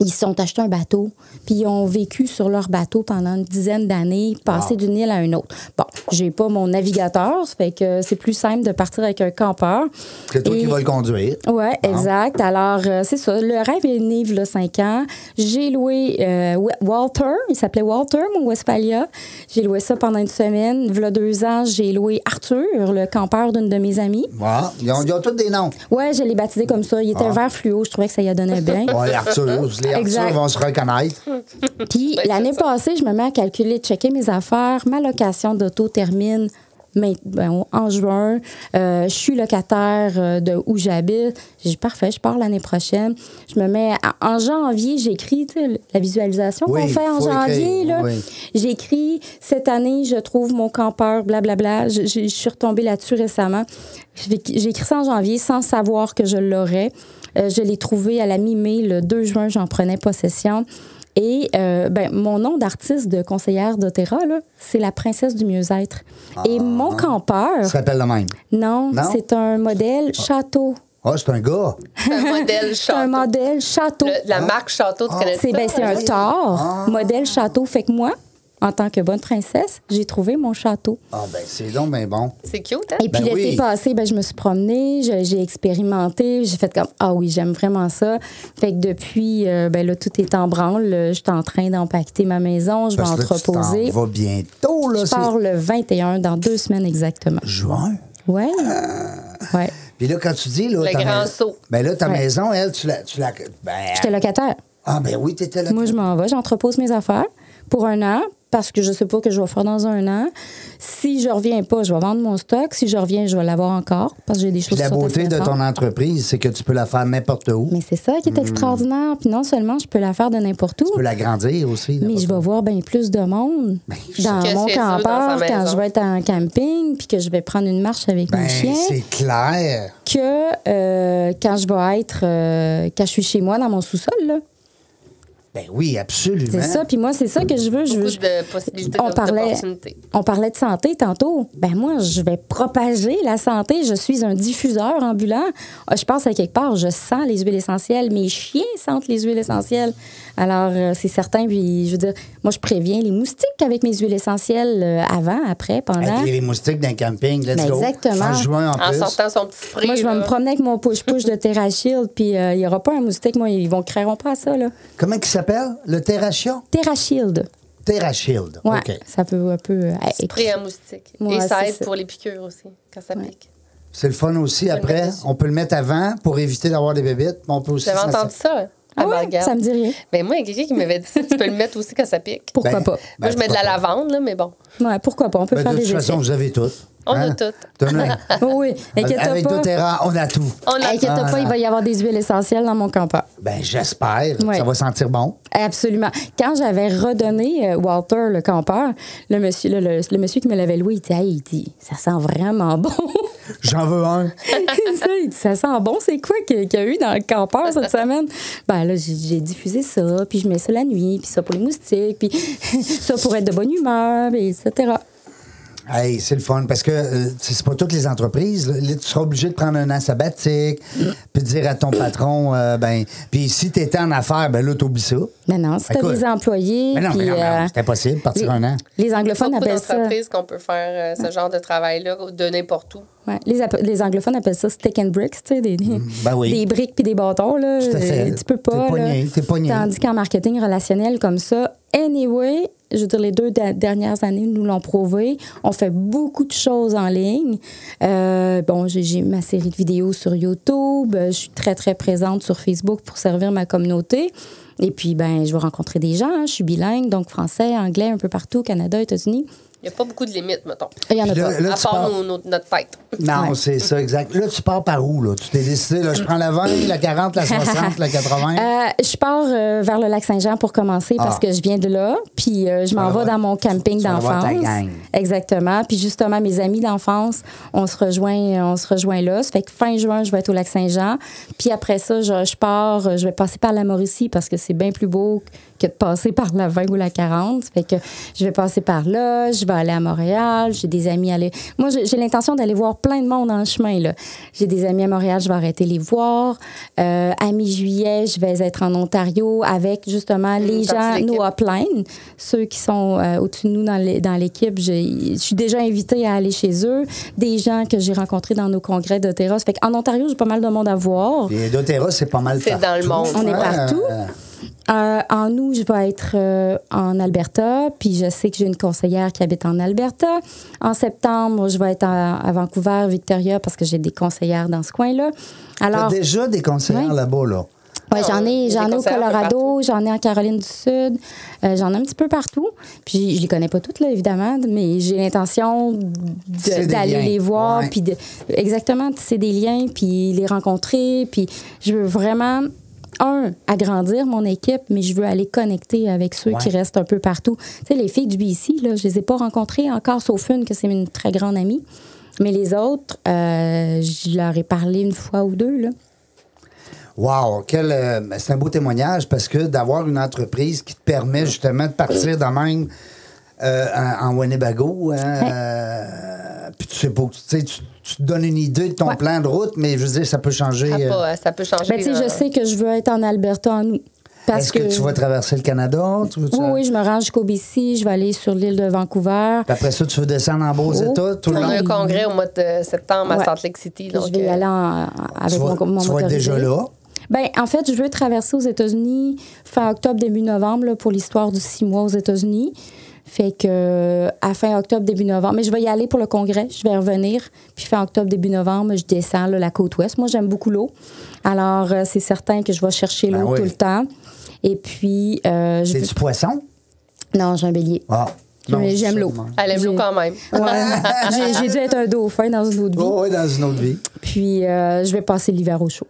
S4: ils se sont achetés un bateau, puis ils ont vécu sur leur bateau pendant une dizaine d'années, passé d'une île à une autre. Bon, j'ai pas mon navigateur, ça fait que c'est plus simple de partir avec un campeur.
S1: C'est toi
S4: Et-
S1: qui vas le conduire.
S4: oui, exact. Alors, euh, c'est ça. Le rêve est né, il 5 ans. J'ai loué euh, Wa- Walter. Il s'appelait Walter, mon Westphalia. J'ai loué ça pendant une semaine. Il y deux ans, j'ai loué Arthur, le campeur d'une de mes amies.
S1: Ouais. Ils, ont, ils ont tous des noms.
S4: Ouais, je l'ai baptisé comme ça. Il était vert fluo. Je trouvais que ça y a donné bien.
S1: Ouais, Arthur, les
S4: Exact.
S1: Arthur vont se reconnaître. Ben,
S4: Puis l'année passée, je me mets à calculer, checker mes affaires. Ma location d'auto termine main- ben, au- en juin. Euh, je suis locataire euh, de où j'habite. J'ai dit, parfait, je pars l'année prochaine. Je me mets à- en janvier, j'écris tu sais, la visualisation
S1: Oui,
S4: qu'on fait en
S1: faut
S4: janvier.
S1: écrire,
S4: là.
S1: oui.
S4: J'écris cette année, je trouve mon campeur, blablabla. Je, je- je suis retombée là-dessus récemment. J'ai j'ai écrit ça en janvier sans savoir que je l'aurais. Euh, je l'ai trouvé à la mi-mai, le 2 juin, j'en prenais possession. Et euh, ben, mon nom d'artiste de conseillère d'Otera, là, c'est la princesse du mieux-être. Et mon campeur,
S1: Ça s'appelle le même.
S4: non,
S1: Non?
S4: c'est un modèle château.
S1: Ah, c'est un gars.
S2: C'est un modèle
S4: C'est un
S2: château.
S4: modèle château.
S2: Le-
S1: Ah.
S2: la marque château, tu connais
S4: C'est
S2: ça?
S4: ben, c'est un tort, modèle château. Fait que moi, en tant que bonne princesse, j'ai trouvé mon château.
S1: Ah, ben, c'est donc ben bon.
S2: C'est cute, hein?
S4: Et
S1: Ben
S4: puis l'été
S1: oui.
S4: passé, ben, je me suis promenée, je- j'ai expérimenté, j'ai fait comme Ah oui, j'aime vraiment ça. Fait que depuis, euh, ben là, tout est en branle. là. Je suis en train d'empacter ma maison, je vais
S1: Parce que là, tu t'en
S4: entreposer.
S1: vas bientôt, là.
S4: Je
S1: c'est
S4: pars le 21, dans deux semaines exactement.
S1: Juin.
S4: Ouais.
S1: Ah.
S4: Ouais.
S1: Puis là, quand tu dis, là.
S2: Le
S1: ta
S2: grand
S1: mais-
S2: saut.
S1: Ben là, ta
S4: Ouais.
S1: maison, elle, tu la. Tu la... Ben,
S4: J'étais locataire.
S1: ah, ben oui, t'étais là.
S4: Moi, je m'en vais, j'entrepose mes affaires pour un an parce que je sais pas que je vais faire dans un an. Si je reviens pas, je vais vendre mon stock. Si je reviens, je vais l'avoir encore parce que j'ai des
S1: Puis
S4: choses
S1: la
S4: qui sont
S1: beauté de
S4: intéressantes.
S1: ton entreprise, c'est que tu peux la faire n'importe où.
S4: Mais c'est ça qui est extraordinaire. Puis non seulement je peux la faire de n'importe où,
S1: Hmm. Tu peux l'agrandir aussi.
S4: mais
S1: n'importe Ben,
S4: je vais voir bien plus de monde dans
S2: Que chez eux,
S4: mon
S2: dans sa
S4: campeur quand
S2: maison.
S4: je vais être en camping puis que je vais prendre une marche avec
S1: où. Ben,
S4: mes chiens.
S1: c'est clair.
S4: que euh, quand je vais être, euh, quand je suis chez moi dans mon sous-sol. là.
S1: Ben oui, absolument.
S4: C'est ça, puis moi, c'est ça que je veux. Je veux
S2: Beaucoup de possibilités,
S4: on parlait,
S2: d'opportunités.
S4: on parlait de santé tantôt. Ben moi, je vais propager la santé. Je suis un diffuseur ambulant. Ah, Je pense à quelque part, je sens les huiles essentielles. Mes chiens sentent les huiles essentielles. Alors, euh, c'est certain. Puis, je veux dire, moi, je préviens les moustiques avec mes huiles essentielles euh, avant, après, pendant.
S1: Avec les moustiques d'un camping, let's
S4: Ben,
S1: go.
S4: exactement.
S1: En juin, en,
S2: En
S1: plus.
S2: sortant son petit spray.
S4: Moi, je vais
S2: là.
S4: me promener avec mon push-push de Terra Shield, puis euh, il n'y aura pas un moustique. Moi, ils ne créeront pas à ça, là.
S1: Comment il s'appelle? Le TerraShield?
S4: Terra Shield.
S1: TerraShield.
S4: Ouais,
S1: OK.
S4: ça peut un peu. euh,
S2: Spray à moustique.
S4: Ouais,
S2: Et ça
S4: c'est
S2: aide
S4: ça.
S2: pour les piqûres aussi, quand ça pique.
S1: C'est le fun aussi.
S2: le
S1: Après,
S2: mettre dessus.
S1: on peut le mettre avant pour éviter d'avoir des bébites. mais On peut aussi.
S2: J'avais
S1: s'en-
S2: entendu ça. hein, à
S4: Ah ouais,
S2: Bargade.
S4: ça me dit rien.
S2: Ben moi, il y a quelqu'un qui m'avait dit ça, tu peux le mettre aussi quand ça pique.
S4: Pourquoi
S1: Ben,
S4: pas?
S2: moi, je mets de la
S1: pourquoi pas.
S2: lavande, là, mais bon.
S4: Ouais, pourquoi pas? On peut
S1: Ben,
S4: faire
S1: de
S4: des
S1: toute
S4: essais.
S1: façon, vous avez tout.
S2: On a tout.
S1: T'en as-
S4: Oh oui, inquiète
S1: Avec
S4: pas.
S1: doTERRA, on a tout.
S2: On a
S4: Inquiète
S1: Ah,
S4: pas, il
S1: non.
S4: va y avoir des huiles essentielles dans mon campeur.
S1: Ben, j'espère.
S4: Ouais.
S1: Ça va sentir bon.
S4: Absolument. Quand j'avais redonné euh, Walter, le campeur, le monsieur, le, le- le monsieur qui me l'avait loué, il dit, Hey, il dit, ça sent vraiment bon.
S1: J'en veux un.
S4: ça, il dit, ça sent bon, c'est quoi qu'il qu'il y a eu dans le campeur cette semaine? Ben là, j'ai- j'ai diffusé ça, puis je mets ça la nuit, puis ça pour les moustiques, puis ça pour être de bonne humeur, puis etc.
S1: Hey, c'est le fun parce que euh, c'est c'est pas toutes les entreprises. là. Là, tu seras obligé de prendre un an sabbatique,
S4: Mm.
S1: puis de dire à ton patron, euh, ben, puis si t'étais en affaires, ben là, t'oublies ça.
S4: Mais non, si t'as
S1: Ben, Écoute.
S4: des employés,
S1: Mais non, mais
S4: puis,
S1: non, mais non,
S4: euh,
S1: c'est impossible de partir
S4: les-
S1: un an.
S4: Les
S2: Il y a
S4: anglophones
S2: beaucoup
S4: appellent ça...
S2: d'entreprises qu'on peut faire euh, ce genre de travail-là de n'importe où.
S4: Ouais. Les, app- les anglophones appellent ça stick and bricks, tu sais, des, des-
S1: Ben oui.
S4: des briques puis des bâtons. Là.
S1: Tout à fait.
S4: Euh, Tu peux pas.
S1: T'es
S4: là.
S1: pogné, t'es pogné.
S4: Tandis qu'en marketing relationnel comme ça, anyway, je veux dire, les deux da- dernières années nous l'ont prouvé. On fait beaucoup de choses en ligne. Euh, bon, j'ai- j'ai ma série de vidéos sur YouTube. Euh, Je suis très, très présente sur Facebook pour servir ma communauté. Et puis, ben, je vais rencontrer des gens. hein. Je suis bilingue, donc français, anglais, un peu partout, Canada, États-Unis.
S2: Il n'y a pas beaucoup de limites, mettons.
S4: Il y en a
S1: Puis
S4: pas.
S1: Ben, là, là,
S2: à
S1: tu
S2: part
S1: pars-
S2: nos- nos- notre tête.
S1: Non,
S4: Ouais.
S1: c'est ça, exact. Là, tu pars par où, là? Tu t'es décidé, là, je prends la 20, la 40, la 60, la 80.
S4: Euh, je pars euh, vers le lac Saint-Jean pour commencer parce
S1: Ah.
S4: que je viens de là. Puis euh, je m'en
S1: vas
S4: vais
S1: voir-
S4: dans mon camping
S1: tu vas voir
S4: d'enfance.
S1: ta gang.
S4: Exactement. Puis justement, mes amis d'enfance, on se rejoint, on se rejoint là. Ça fait que fin juin, je vais être au lac Saint-Jean. Puis après ça, je, je pars, euh, je vais passer par la Mauricie parce que c'est bien plus beau que de passer par la 20 ou la 40. Ça fait que je vais passer par là, je vais aller à Montréal, j'ai des amis à aller. Moi, j'ai j'ai l'intention d'aller voir plein de monde en chemin. là. J'ai des amis à Montréal, je vais arrêter les voir. Euh, à mi-juillet, je vais être en Ontario avec justement
S2: Mmh,
S4: les
S2: une partie de
S4: gens,
S2: l'équipe.
S4: nos upline, ceux qui sont euh, au-dessus de nous dans l'é- dans l'équipe, j'ai- je suis déjà invitée à aller chez eux. Des gens que j'ai rencontrés dans nos congrès de terrasse. Fait en Ontario, j'ai pas mal de monde à voir.
S1: Et doTERRA, c'est pas mal
S2: C'est
S1: partout,
S2: dans le monde.
S4: On est
S1: hein?
S4: partout.
S1: Euh,
S4: Euh, en août, je vais être euh, en Alberta, puis je sais que j'ai une conseillère qui habite en Alberta. En septembre, je vais être à, à Vancouver, Victoria, parce que j'ai des conseillères dans ce coin-là.
S1: T'as
S4: Alors,
S1: déjà des conseillers
S4: Oui.
S1: là-bas, là.
S4: Ouais,
S2: Ah
S4: j'en
S2: ouais, il y a
S4: ai, j'en
S2: des
S4: ai au
S2: concerts un peu
S4: Colorado,
S2: partout.
S4: j'en ai en Caroline du Sud, euh, j'en ai un petit peu partout. Puis je les connais pas toutes là évidemment, mais j'ai l'intention de-
S1: C'est des liens.
S4: d'aller les voir,
S1: Ouais.
S4: puis de, exactement tisser des liens, puis les rencontrer, puis je veux vraiment un agrandir mon équipe, mais je veux aller connecter avec ceux qui
S1: Ouais.
S4: restent un peu partout. Tu sais les filles du BC là, je les ai pas rencontrées encore sauf une que c'est une très grande amie, mais les autres, euh, je leur ai parlé une fois ou deux là.
S1: Wow, quel, euh, c'est un beau témoignage parce que d'avoir une entreprise qui te permet justement de partir de même euh, en- en Winnebago, hein, euh, puis tu sais pas, tu, sais, tu, tu te donnes une idée de ton
S4: Ouais. Ah,
S1: plan de route, mais je veux dire, ça peut changer.
S2: Ça,
S1: euh,
S2: pas- ça peut changer. euh,
S4: Ben, tu sais,
S2: là.
S4: je sais que je veux être en Alberta en août. euh, Parce
S1: Est-ce que, tu vas traverser le Canada? Tu veux- tu-
S4: Oui, oui, je me rends jusqu'au BC, je vais aller sur l'île de Vancouver.
S1: Puis après ça, tu veux descendre en
S4: Oh,
S1: Beaux-États tout le
S2: On a
S1: long?
S2: un congrès au mois de septembre à
S4: Ouais.
S2: Salt Lake City. Donc,
S4: je vais y
S2: euh,
S4: aller en- avec
S1: Tu vas-
S4: mon, mon
S1: tu vas être déjà
S4: motorisé.
S1: là.
S4: Ben, en fait, je veux traverser aux États-Unis fin octobre, début novembre là, pour l'histoire du six mois aux États-Unis. Fait que euh, à fin octobre, début novembre. Mais je vais y aller pour le congrès, je vais revenir. Puis fin octobre, début novembre, je descends là, la côte ouest. Moi, j'aime beaucoup l'eau. Alors, euh, c'est certain que je vais chercher
S1: Ben
S4: l'eau
S1: oui.
S4: tout le temps. Et puis, euh, je
S1: C'est
S4: veux-
S1: du poisson?
S4: Non, j'ai un bélier.
S1: Ah. non,
S4: Mais j'aime
S1: c'est
S4: l'eau.
S1: ça, non.
S2: Elle aime l'eau
S4: J'ai-
S2: quand même.
S4: Ouais. j'ai, j'ai dû être un dauphin dans une autre vie.
S1: Oh, oui, dans une autre vie.
S4: Puis euh, je vais passer l'hiver au chaud.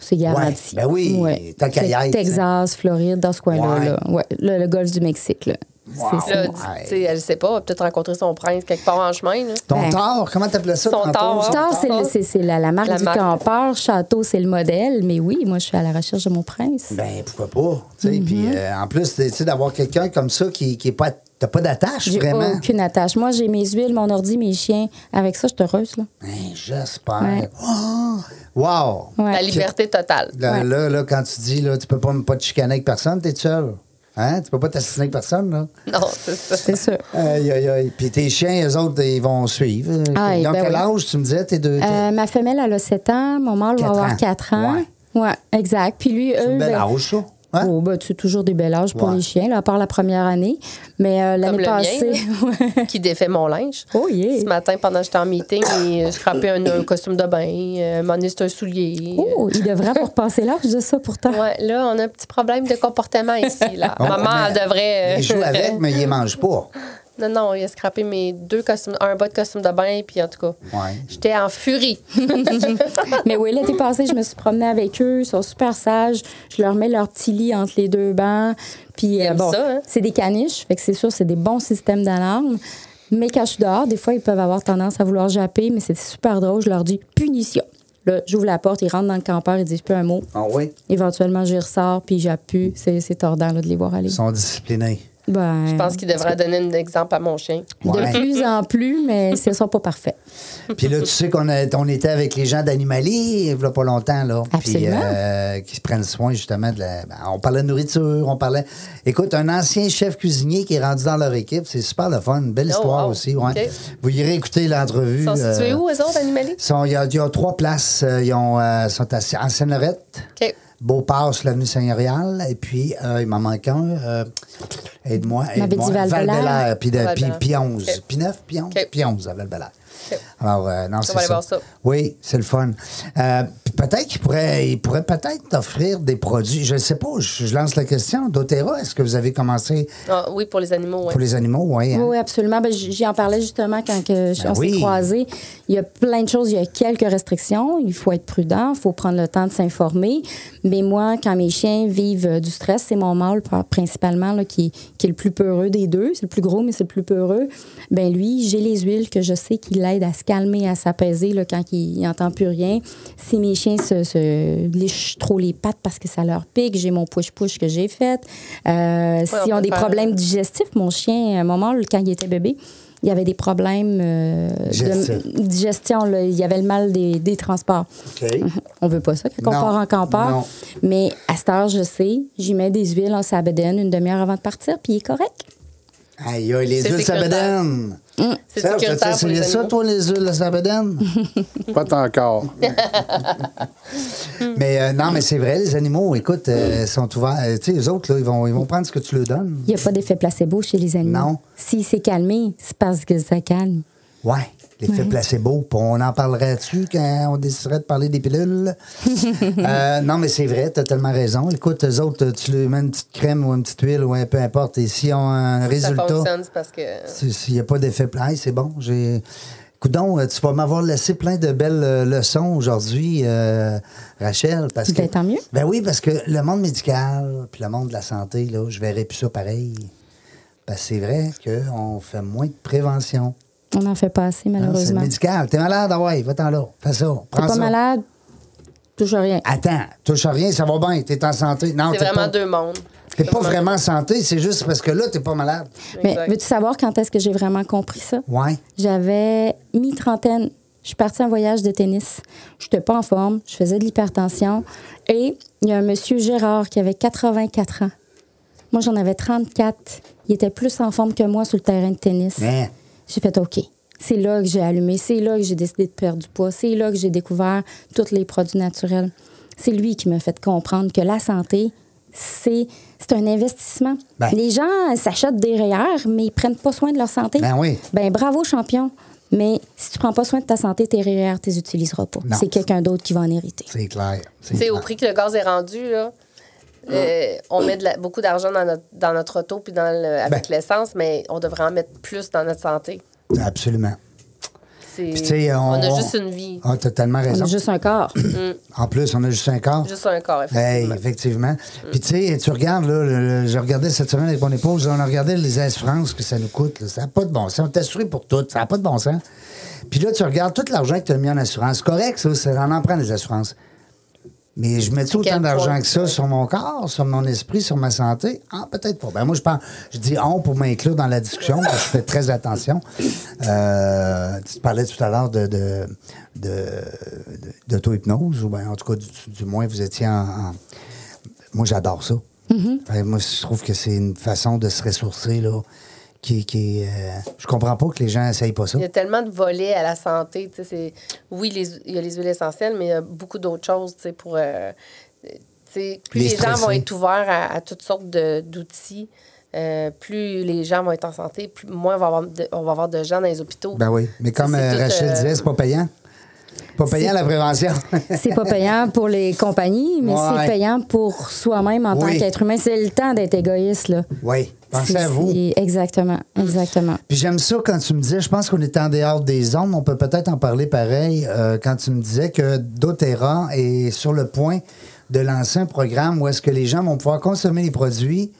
S4: C'est garanti.
S1: ben oui, tant qu'à y
S4: Fait que
S1: être,
S4: Texas, Floride, dans ce coin-là.
S1: Ouais.
S4: là. Ouais, le, le golfe du Mexique. Là.
S1: Wow.
S4: C'est ça.
S2: Là, tu- tu sais, elle sait pas, elle va peut-être rencontrer son prince quelque part en chemin. là.
S1: Ton
S4: Ben.
S1: tort, comment t'appelais ça?
S2: Son
S1: tantôt?
S2: tort, ouais.
S4: Star, c'est, le- c'est- c'est la, la marque
S2: La
S4: du
S2: marque.
S4: campeur. Château, c'est le modèle. Mais oui, moi, je suis à la recherche de mon prince.
S1: Ben, pourquoi pas? tu sais, Puis
S4: Mhm.
S1: euh, en plus, tu sais, d'avoir quelqu'un comme ça qui qui est pas. T'as pas d'attache,
S4: J'ai
S1: vraiment?
S4: aucune attache. Moi, j'ai mes huiles, mon ordi, mes chiens. Avec ça, je suis heureuse. Là.
S1: Hein, J'espère.
S4: Ouais.
S1: Oh! Wow!
S4: Ouais.
S2: La liberté totale.
S1: Là,
S4: Ouais.
S1: là, là, quand tu dis, là, tu peux pas, pas te chicaner avec personne, t'es seul. Hein? Tu peux pas t'assassiner avec personne, là.
S2: Non, c'est ça.
S4: C'est sûr.
S1: Aïe, aïe, aïe. Puis tes chiens, eux autres, ils vont suivre. Euh,
S4: Aïe,
S1: Ils ont
S4: ben
S1: quel
S4: oui.
S1: âge, tu me disais, tes deux?
S4: Euh, ma femelle, elle a 7 ans. Mon mâle
S1: Quatre
S4: va
S1: ans.
S4: avoir 4 ans. Ouais. exact. Puis lui,
S1: C'est
S4: eux.
S1: un bel
S4: ben,
S1: âge, ça. Hein?
S4: Oh, ben, c'est toujours des bel âges pour
S1: Ouais.
S4: les chiens, là, à part la première année. Mais euh, l'année
S2: le mien,
S4: passée. Ouais.
S2: Qui défait mon linge.
S4: oh, yeah.
S2: Ce matin, pendant que j'étais en meeting, et je frappais un, un costume de bain, euh, m'en est un soulier.
S4: Oh, il devrait pour passer l'âge de ça pourtant.
S2: Ouais, là, on a un petit problème de comportement ici. Là.
S1: Oh,
S2: Maman,
S1: mais-
S2: elle devrait. euh,
S1: Ils jouent avec, mais ils les mangent pas.
S2: non, non, il a scrappé mes deux costumes, un bas de costume de bain, puis en tout cas,
S1: Ouais.
S2: j'étais en furie.
S4: Mais oui, l'été passé, je me suis promenée avec eux. Ils sont super sages. Je leur mets leur petit lit entre les deux bancs. Puis, euh,
S2: aiment
S4: bon,
S2: ça, hein?
S4: c'est des caniches. Fait que c'est sûr, c'est des bons systèmes d'alarme. Mais quand je suis dehors, des fois, ils peuvent avoir tendance à vouloir japper, mais c'est super drôle. Je leur dis punition. Là, j'ouvre la porte, ils rentrent dans le campeur, ils disent plus un mot.
S1: Ah oui?
S4: Éventuellement, j'y ressors, puis j'appuie. C'est c'est tordant là, de les voir aller.
S1: Ils sont disciplinés.
S4: Ben,
S2: Je pense qu'il devrait donner un exemple à mon chien.
S1: Ouais.
S4: De plus en plus, mais ce ne sont pas parfaits.
S1: Puis là, tu sais qu'on a- on était avec les gens d'Animalie, il y a pas longtemps, là. Puis,
S4: Absolument.
S1: euh, qui se prennent soin, justement, de la. ben, on parlait de nourriture, on parlait. Écoute, un ancien chef cuisinier qui est rendu dans leur équipe, c'est super le fun, une belle
S2: Oh,
S1: histoire
S2: wow.
S1: aussi, ouais.
S2: OK.
S1: Vous irez écouter l'entrevue.
S2: Ils sont
S1: euh,
S2: situés où, eux autres, animaliers?
S1: sont- Il y, a- il y a trois places. euh, Ils ont, euh, sont à, en Seine-Lorette,
S2: OK.
S1: Beauport sur l'avenue Seigneurial, et puis euh, il m'en manque un. euh, aide-moi,
S4: M'avait
S1: aide-moi.
S4: dit Val-Bélair.
S1: Val-Bélair, puis, de- puis,
S2: Val-Bélair.
S1: puis 11.
S2: OK.
S1: Puis 9, puis 11,
S2: OK.
S1: puis 11 à Val-Bélair.
S2: OK.
S1: Alors, euh, non, c'est
S2: va aller
S1: ça.
S2: voir ça.
S1: Oui, c'est le fun. Euh, puis peut-être qu'il pourrait, il pourrait peut-être t'offrir des produits. Je ne sais pas, je, je lance la question. doTERRA, est-ce que vous avez commencé
S2: Ah, oui, pour les animaux, oui.
S1: pour les animaux? Oui, hein?
S4: Oui, oui, absolument. Ben, j- J'y en parlais justement quand que je-
S1: Ben
S4: on
S1: oui.
S4: s'est croisés. Il y a plein de choses, il y a quelques restrictions. Il faut être prudent, il faut prendre le temps de s'informer. Mais moi, quand mes chiens vivent euh, du stress, c'est mon mâle par- principalement là, qui, qui est le plus peureux des deux. C'est le plus gros, mais c'est le plus peureux. Ben lui, j'ai les huiles que je sais qui l'aident à se calmer, à s'apaiser là, quand il n'entend plus rien. Si mes chiens se, se lichent trop les pattes parce que ça leur pique, j'ai mon push-push que j'ai fait. Euh,
S2: Ouais,
S4: S'ils
S2: on
S4: ont
S2: peut
S4: des
S2: faire-
S4: problèmes digestifs, mon chien, à un moment, quand il était bébé, il avait des problèmes euh,
S1: Digestif.
S4: de digestion. là. Il y avait le mal des, des transports.
S1: OK.
S4: On veut pas ça quand on
S1: Non,
S4: part en campeur.
S1: non.
S4: Mais à cette heure, je sais, j'y mets des huiles en sabédène une demi-heure avant de partir, puis il est correct.
S1: Aïe, aïe, les
S2: C'est
S1: huiles
S2: sécuritaire.
S1: sabadanes.
S2: C'est sécuritaire pour les
S1: ça,
S2: animaux.
S1: toi, les huiles de sabadanes?
S5: Pas tant encore.
S1: mais euh, non, mais c'est vrai, les animaux, écoute, euh, sont ouverts. Euh, tu sais, eux autres, là, ils, vont, ils vont prendre ce que tu leur donnes.
S4: Il n'y a pas d'effet placebo chez les animaux.
S1: Non.
S4: S'il s'est calmé, c'est parce que ça calme.
S1: Ouais. L'effet
S4: Ouais.
S1: placebo. Puis on en parlerait-tu quand on déciderait de parler des pilules? Euh, non, mais c'est vrai, t'as tellement raison. Écoute, eux autres, tu lui mets une petite crème ou une petite huile ou un peu importe. Et si on a un
S2: Ça
S1: résultat,
S2: fonctionne, c'est parce que.
S1: si- s'il n'y a pas d'effet pla- Hey, c'est bon. J'ai. Coudon, euh, tu vas m'avoir laissé plein de belles euh, leçons aujourd'hui, euh, Rachel. Parce que,
S4: Ben, tant mieux.
S1: Ben oui, parce que le monde médical, puis le monde de la santé, là, je verrais plus ça pareil. Parce que c'est vrai qu'on fait moins de prévention.
S4: On n'en fait pas assez,
S1: Hein, C'est
S4: malheureusement.
S1: médical. T'es malade, ah ouais, va-t'en là. Fais ça.
S4: T'es
S1: Prends
S4: pas
S1: ça. Ah.
S4: malade, toujours rien.
S1: Attends, touche à rien, ça va bien, t'es en santé. Non,
S2: C'est
S1: t'es
S2: vraiment
S1: pas,
S2: deux mondes.
S1: t'es pas vraiment en santé, c'est juste parce que là, t'es pas malade.
S4: Mais
S2: Exact.
S4: veux-tu savoir quand est-ce que j'ai vraiment compris ça?
S1: Ouais.
S4: J'avais mi-trentaine. Je suis partie en voyage de tennis. Je n'étais pas en forme. Je faisais de l'hypertension. Et il y a un monsieur Gérard qui avait 84 ans. Moi, j'en avais 34. Il était plus en forme que moi sur le terrain de tennis.
S1: Mais,
S4: J'ai fait OK. C'est là que j'ai allumé, c'est là que j'ai décidé de perdre du poids, c'est là que j'ai découvert tous les produits naturels. C'est lui qui m'a fait comprendre que la santé, c'est c'est un investissement.
S1: Ben.
S4: Les gens euh, s'achètent des REER, mais ils prennent pas soin de leur santé.
S1: Ben oui.
S4: Ben bravo champion, mais si tu prends pas soin de ta santé, tes REER, tu les utiliseras pas.
S1: Non.
S4: C'est quelqu'un d'autre qui va en hériter.
S1: c'est clair.
S2: Tu sais,
S1: clair.
S2: au prix que le gaz est rendu, là, euh, on met de la- beaucoup d'argent dans notre, dans notre auto puis dans le- avec
S1: Ben.
S2: l'essence, mais on devrait en mettre plus dans notre santé.
S1: Absolument.
S2: C'est-
S1: Puis, tu sais, on,
S2: on, a
S1: on-
S2: juste une vie,
S1: Ah, t'as tellement
S4: On
S1: raison.
S4: a juste un corps.
S1: En plus, on a juste un corps.
S2: juste un corps.
S1: Hey,
S2: effectivement.
S1: effectivement. Puis tu sais, tu regardes, là, le- le- je regardais cette semaine avec mon épouse, on a regardé les assurances que ça nous coûte. là. Ça n'a pas de bon sens. On est assuré pour tout. Ça n'a pas de bon sens. Puis là, tu regardes tout l'argent que tu as mis en assurance. Correct, ça, ça on en prend des assurances. Mais je mets-tu
S2: Quel
S1: autant d'argent
S2: point,
S1: que ça
S2: ouais.
S1: sur mon corps, sur mon esprit, sur ma santé? Ah, peut-être pas. Ben moi, je pense, je dis on pour m'inclure dans la discussion, parce que je fais très attention. Euh, tu parlais tout à l'heure de, de, de, de- d'auto-hypnose, ou ben, en tout cas, du, du moins, vous étiez en. en- Moi, j'adore ça.
S2: Mm-hmm.
S1: Euh, Moi, je trouve que c'est une façon de se ressourcer, là, qui. qui euh, je comprends pas que les gens n'essayent pas ça.
S2: Il y a tellement de volets à la santé. tu sais, c'est- Oui, les- il y a les huiles essentielles, mais il y a beaucoup d'autres choses tu sais, pour. euh, tu sais, plus
S1: Les
S2: les, gens vont
S1: stressés.
S2: être ouverts à, à toutes sortes de- d'outils, euh, plus les gens vont être en santé, plus moins on va avoir de, on va avoir de gens dans les hôpitaux.
S1: Ben oui. Mais comme
S2: C'est
S1: euh,
S2: tout,
S1: Rachel
S2: euh,
S1: disait, c'est pas payant. Pas payant
S4: c'est-
S1: la prévention.
S4: C'est pas payant pour les compagnies, mais
S1: Ouais.
S4: c'est payant pour soi-même en
S1: Oui.
S4: tant qu'être humain. C'est le temps d'être égoïste, là.
S1: oui. Pensez
S4: C'est-
S1: à vous.
S4: c'est- Exactement, exactement.
S1: Puis j'aime ça quand tu me disais, je pense qu'on est en dehors des zones, on peut peut-être en parler pareil, euh, quand tu me disais que doTERRA est sur le point de lancer un programme où est-ce que les gens vont pouvoir consommer les produits,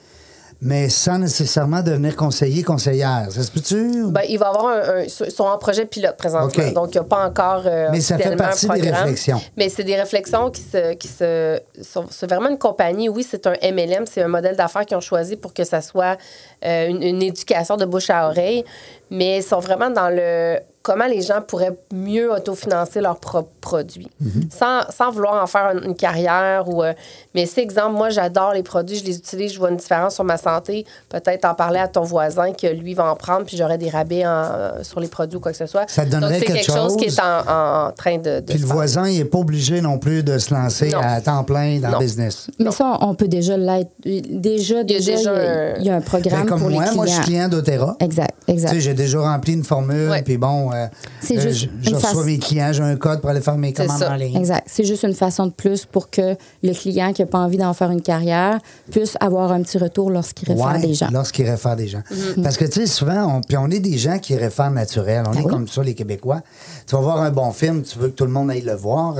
S1: mais sans nécessairement devenir conseiller, conseillère. Ça se peut-tu?
S2: Ben, il va y avoir un, un- ils sont en projet pilote présentement,
S1: OK.
S2: donc il n'y a pas encore. euh,
S1: Mais ça fait
S2: officiellement un
S1: partie des
S2: programme.
S1: réflexions.
S2: Mais c'est des réflexions qui se, qui se sont- c'est vraiment une compagnie. Oui, c'est un MLM, c'est un modèle d'affaires qu'ils ont choisi pour que ça soit euh, une, une éducation de bouche à oreille, mais ils sont vraiment dans le comment les gens pourraient mieux autofinancer leurs propres produits,
S1: Mhm.
S2: sans, sans vouloir en faire une, une carrière ou. euh, mais c'est exemple, moi j'adore les produits, je les utilise, je vois une différence sur ma santé. Peut-être en parler à ton voisin que lui va en prendre, puis j'aurais des rabais en- euh, sur les produits ou quoi que ce soit.
S1: Ça te donnerait
S2: Donc, c'est
S1: quelque
S2: quelque chose, qui
S1: chose.
S2: est en, en- en train de. de
S1: Puis
S2: se
S1: le
S2: faire.
S1: voisin, il n'est pas obligé non plus de se lancer
S2: Non.
S1: à temps plein dans
S2: Non.
S1: le business.
S4: Mais ça, on on peut déjà l'être. Déjà,
S2: y a
S4: déjà, il y
S2: déjà
S4: a,
S2: un-
S4: il y a un
S1: Ben,
S4: programme
S1: comme
S4: pour
S1: moi,
S4: les clients.
S1: moi je suis client doTERRA.
S4: Exact,
S1: Tu sais,
S4: exact.
S1: j'ai déjà rempli une formule,
S2: Ouais.
S1: puis bon, euh,
S4: C'est
S1: euh,
S4: juste
S1: je,
S4: une
S1: je reçois
S4: façon-
S1: mes clients, j'ai un code pour aller faire mes
S2: C'est
S1: commandes
S2: ça.
S1: en ligne.
S4: Exact. C'est juste une façon de plus pour que le client qui n'a pas envie d'en faire une carrière puisse avoir un petit retour lorsqu'il réfère
S1: Ouais,
S4: des gens.
S1: Lorsqu'ils réfèrent des gens. Parce que, tu sais, souvent, on, puis on est des gens qui réfèrent naturel. On est
S4: oui.
S1: comme ça, les Québécois. Tu vas voir un bon film, tu veux que tout le monde aille le voir.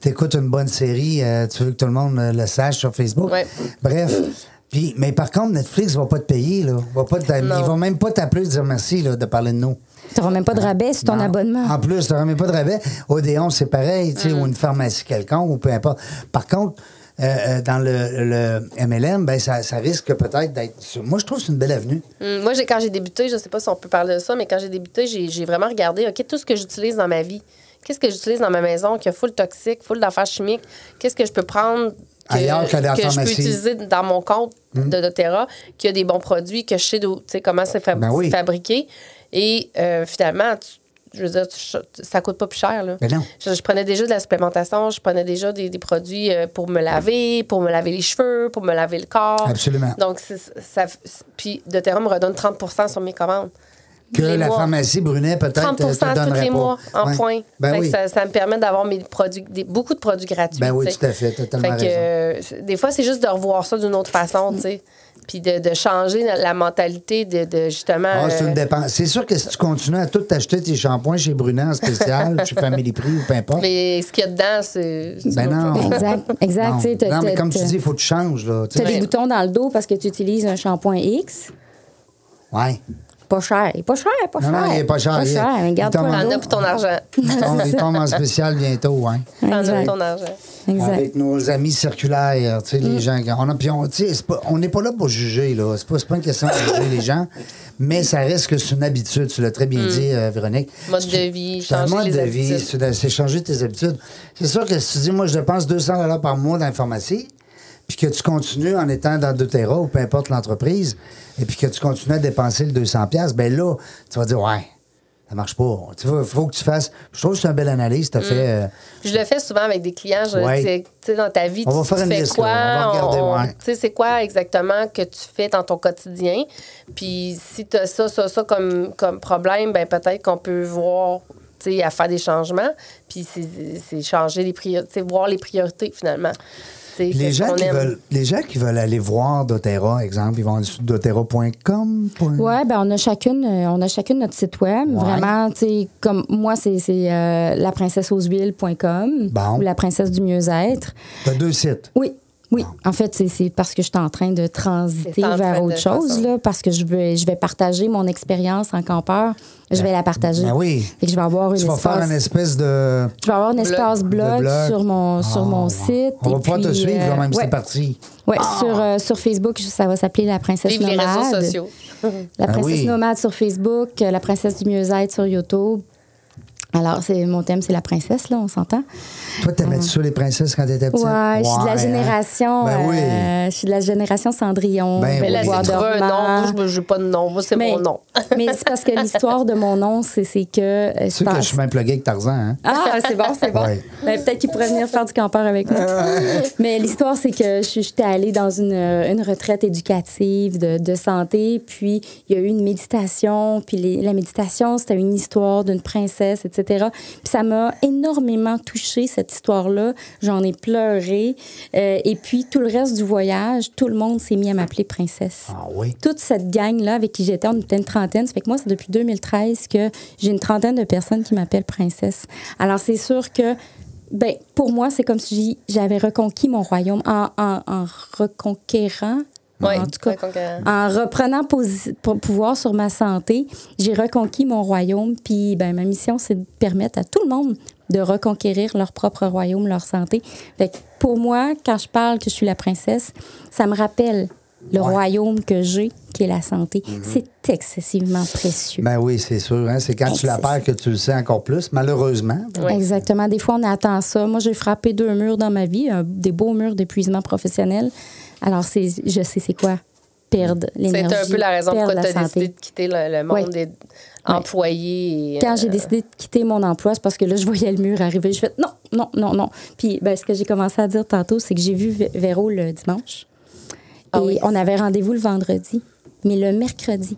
S1: tu écoutes une bonne série, euh, tu veux que tout le monde euh, le sache sur Facebook.
S2: Ouais.
S1: Bref. Puis, mais par contre, Netflix va pas te payer. Là. Va pas te-
S2: Non.
S1: ils vont même pas t'appeler et te dire merci là, de parler de nous.
S4: Tu n'auras même pas de rabais sur ton
S1: Non.
S4: abonnement.
S1: En plus, tu remets pas de rabais. Odéon, c'est pareil, tu sais, ou une pharmacie quelconque, ou peu importe. Par contre, euh, euh, dans le, le MLM, ben, ça, ça risque peut-être d'être. Moi, je trouve que c'est une belle avenue.
S2: Hum, Moi, j'ai- quand j'ai débuté, je ne sais pas si on peut parler de ça, mais quand j'ai débuté, j'ai j'ai vraiment regardé OK, tout ce que j'utilise dans ma vie. Qu'est-ce que j'utilise dans ma maison qui a full toxique, full d'affaires chimiques? Qu'est-ce que je peux prendre que,
S1: Ailleurs que dans Hmm. la
S2: je peux
S1: pharmacie.
S2: utiliser dans mon compte de doTERRA, qui a des bons produits, que je sais d'où- tu sais, comment c'est fabri-
S1: Ben oui.
S2: fabriqué. Et euh, finalement, tu- je veux dire, tu- ça coûte pas plus cher. Là.
S1: Ben non.
S2: Je, je prenais déjà de la supplémentation, je prenais déjà des, des produits euh, pour me laver, pour me laver les cheveux, pour me laver le corps.
S1: Absolument.
S2: Donc, c'est- ça, c'est- puis doTERRA me redonne 30 sur mes commandes.
S1: que
S2: les
S1: la
S2: mois.
S1: pharmacie Brunet peut-être euh,
S2: 30
S1: te, te donnerait
S2: tous les
S1: pas.
S2: mois en
S1: Ouais.
S2: points.
S1: Ben
S2: Fait que
S1: oui.
S2: ça, ça me permet d'avoir mes produits, des- beaucoup de produits gratuits.
S1: Ben oui,
S2: tu sais.
S1: tout à fait, t'as tellement
S2: Fait que, euh, c'est- des fois, c'est juste de revoir ça d'une autre façon, tu sais. Puis de, de changer la, la mentalité de, de justement.
S1: Ah, c'est
S2: euh,
S1: une dépense. C'est sûr que si tu continues à tout acheter tes shampoings chez Brunet en spécial, chez Family Prix ou peu importe.
S2: mais ce qu'il y a dedans, c'est. c'est
S1: Ben
S2: autre chose.
S1: non.
S4: Exact, exact,
S1: Non.
S4: tu sais, t'as-
S1: Non, mais
S4: t'as-
S1: comme tu
S4: t'as-
S1: dis, il faut que tu changes. Là, tu
S4: Tu
S1: sais.
S4: as des
S2: Ouais.
S4: boutons dans le dos parce que tu utilises un shampoing X.
S1: Ouais.
S4: Pas cher. Il est Pas cher, pas
S1: Non,
S4: cher.
S1: non, il est pas cher,
S4: Pas
S1: il est-
S4: cher. mais
S1: il
S4: Garde-toi
S1: tombe en
S4: dans
S2: T'en
S4: le
S2: as
S4: dos.
S2: pour ton argent.
S1: Il tombe, il tombe en spécial bientôt. Hein.
S2: T'en as
S4: Exact.
S2: pour ton argent.
S4: Exact.
S1: Avec nos amis circulaires, tu sais,
S2: Mm.
S1: les gens. On a- puis on- tu sais, c'est pas- on n'est pas là pour juger, là. C'est pas, c'est pas une question de juger les gens, mais ça reste que c'est une habitude. Tu l'as très bien dit, euh, Véronique.
S2: Mm. Mode
S1: C'est-
S2: de vie,
S1: c'est un
S2: changer
S1: mode
S2: les
S1: de
S2: habitudes.
S1: vie, c'est de- c'est changer tes habitudes. C'est sûr que si tu dis, moi, je dépense 200 par mois dans la pharmacie, puis que tu continues en étant dans doTERRA ou peu importe l'entreprise, et puis que tu continues à dépenser le 200 pièces, ben là, tu vas dire, ouais, ça marche pas. Tu vois, faut que tu fasses. Je trouve que c'est une belle analyse.
S2: Mm.
S1: Tu as fait. euh,
S2: Je le fais souvent avec des clients. Je,
S1: Ouais.
S2: tu sais, tu sais, dans ta vie,
S1: On va
S2: tu,
S1: faire
S2: tu
S1: une
S2: fais
S1: liste, là.
S2: quoi?
S1: On va regarder, ouais.
S2: Tu sais, c'est quoi exactement que tu fais dans ton quotidien? Puis si tu as ça, ça, ça comme, comme problème, ben peut-être qu'on peut voir, tu sais, à faire des changements. Puis c'est- c'est changer les priorités, voir les priorités finalement. Tu sais,
S1: Puis Les
S2: qu'est-ce
S1: gens,
S2: qu'on
S1: qui
S2: aime.
S1: veulent, les gens qui veulent aller voir doTERRA, exemple, ils vont sur doTERRA.com. point-
S4: Ouais, ben on a chacune, euh, on a chacune notre site web.
S1: Ouais.
S4: Vraiment, tu sais, comme moi, c'est c'est, euh, laprincesseauxhuiles.com
S1: Bon.
S4: ou la princesse du mieux-être.
S1: T'as deux sites.
S4: Oui. Oui,
S1: Ah.
S4: en fait, c'est- c'est parce que je suis en train de
S2: C'est
S4: transiter
S2: en train
S4: vers
S2: de
S4: autre
S2: faire
S4: chose,
S2: ça.
S4: là, parce que je, veux, je vais partager mon expérience en campeur. Je vais la partager.
S1: Ben oui.
S4: Fait que je vais avoir une
S1: Tu vas faire un espèce de.
S4: Je vais avoir un espace blog,
S1: de blog.
S4: sur mon,
S1: Ah,
S4: sur mon
S1: ouais.
S4: site.
S1: On va
S4: et
S1: pouvoir te
S4: puis,
S1: suivre,
S4: euh,
S1: là, même si
S4: ouais.
S1: t'es parti.
S4: Ouais, sur, euh, sur Facebook, ça va s'appeler La Princesse
S2: Vive Ah. les
S4: Nomade.
S2: réseaux sociaux.
S1: Ah
S4: La Princesse
S1: oui.
S4: Nomade sur Facebook, euh, La Princesse du Mieux-être sur YouTube. Alors, c'est mon thème, c'est la princesse, là, on s'entend.
S1: Toi, t'aimais-tu ça, les princesses, quand t'étais
S4: Mm-hmm. Ouais,
S1: petite?
S4: je suis de la
S1: hein?
S4: génération.
S1: Ben oui.
S4: euh, je suis de la génération Cendrillon.
S1: Ben
S2: Mais
S1: oui.
S2: là,
S4: Bois
S2: c'est
S1: Voir
S2: trouver un
S4: dormant.
S2: nom. Moi, je n'ai pas de nom. Moi, c'est
S4: Mais-
S2: mon nom.
S4: mais c'est parce que l'histoire de mon nom, c'est c'est que. euh,
S1: Tu sais
S4: je
S1: que je
S4: pense-
S1: suis même plugué avec Tarzan, hein?
S4: Ah, c'est bon, c'est bon.
S1: Ouais.
S4: Ben, Peut-être qu'il pourrait venir faire du campeur avec moi. Mais l'histoire, c'est que je- j'étais allée dans une, euh, une retraite éducative de, de santé, puis il y a eu une méditation, puis les- la méditation, c'était une histoire d'une princesse, etc. Puis ça m'a énormément touchée, cette histoire-là. J'en ai pleuré. Euh, et puis, tout le reste du voyage, tout le monde s'est mis à m'appeler princesse
S1: Ah oui.
S4: toute cette gang-là avec qui j'étais, on était une trentaine. Ça fait que moi, c'est depuis 2013 que j'ai une trentaine de personnes qui m'appellent princesse. Alors, c'est sûr que, ben, pour moi, c'est comme si j'y- j'avais reconquis mon royaume en, en- en reconquérant.
S2: Oui,
S4: en tout cas,
S2: reconquérant.
S4: en reprenant posi- po- pouvoir sur ma santé, j'ai reconquis mon royaume. Puis, ben, ma mission, c'est de permettre à tout le monde de reconquérir leur propre royaume, leur santé. Fait que pour moi, quand je parle que je suis la princesse, ça me rappelle le
S1: Ouais.
S4: royaume que j'ai, qui est la santé. C'est excessivement précieux.
S1: Ben oui, c'est sûr. Hein? C'est quand tu la perds que tu le sais encore plus, malheureusement.
S2: Ouais.
S4: Exactement. Des fois, on attend ça. Moi, j'ai frappé deux murs dans ma vie, un- des beaux murs d'épuisement professionnel. Alors, c'est, je sais c'est quoi perdre
S2: C'est
S4: l'énergie.
S2: un peu la raison
S4: perdre
S2: pourquoi tu as
S4: la santé.
S2: décidé de quitter le, le monde
S4: Oui.
S2: des employés. et,
S4: Quand j'ai
S2: euh,
S4: décidé de quitter mon emploi, c'est parce que là, je voyais le mur arriver. Je fais non, non, non, non. Puis, ben, ce que j'ai commencé à dire tantôt, c'est que j'ai vu Vé- Véro le dimanche.
S2: Ah
S4: et
S2: oui.
S4: on avait rendez-vous le vendredi. Mais le mercredi,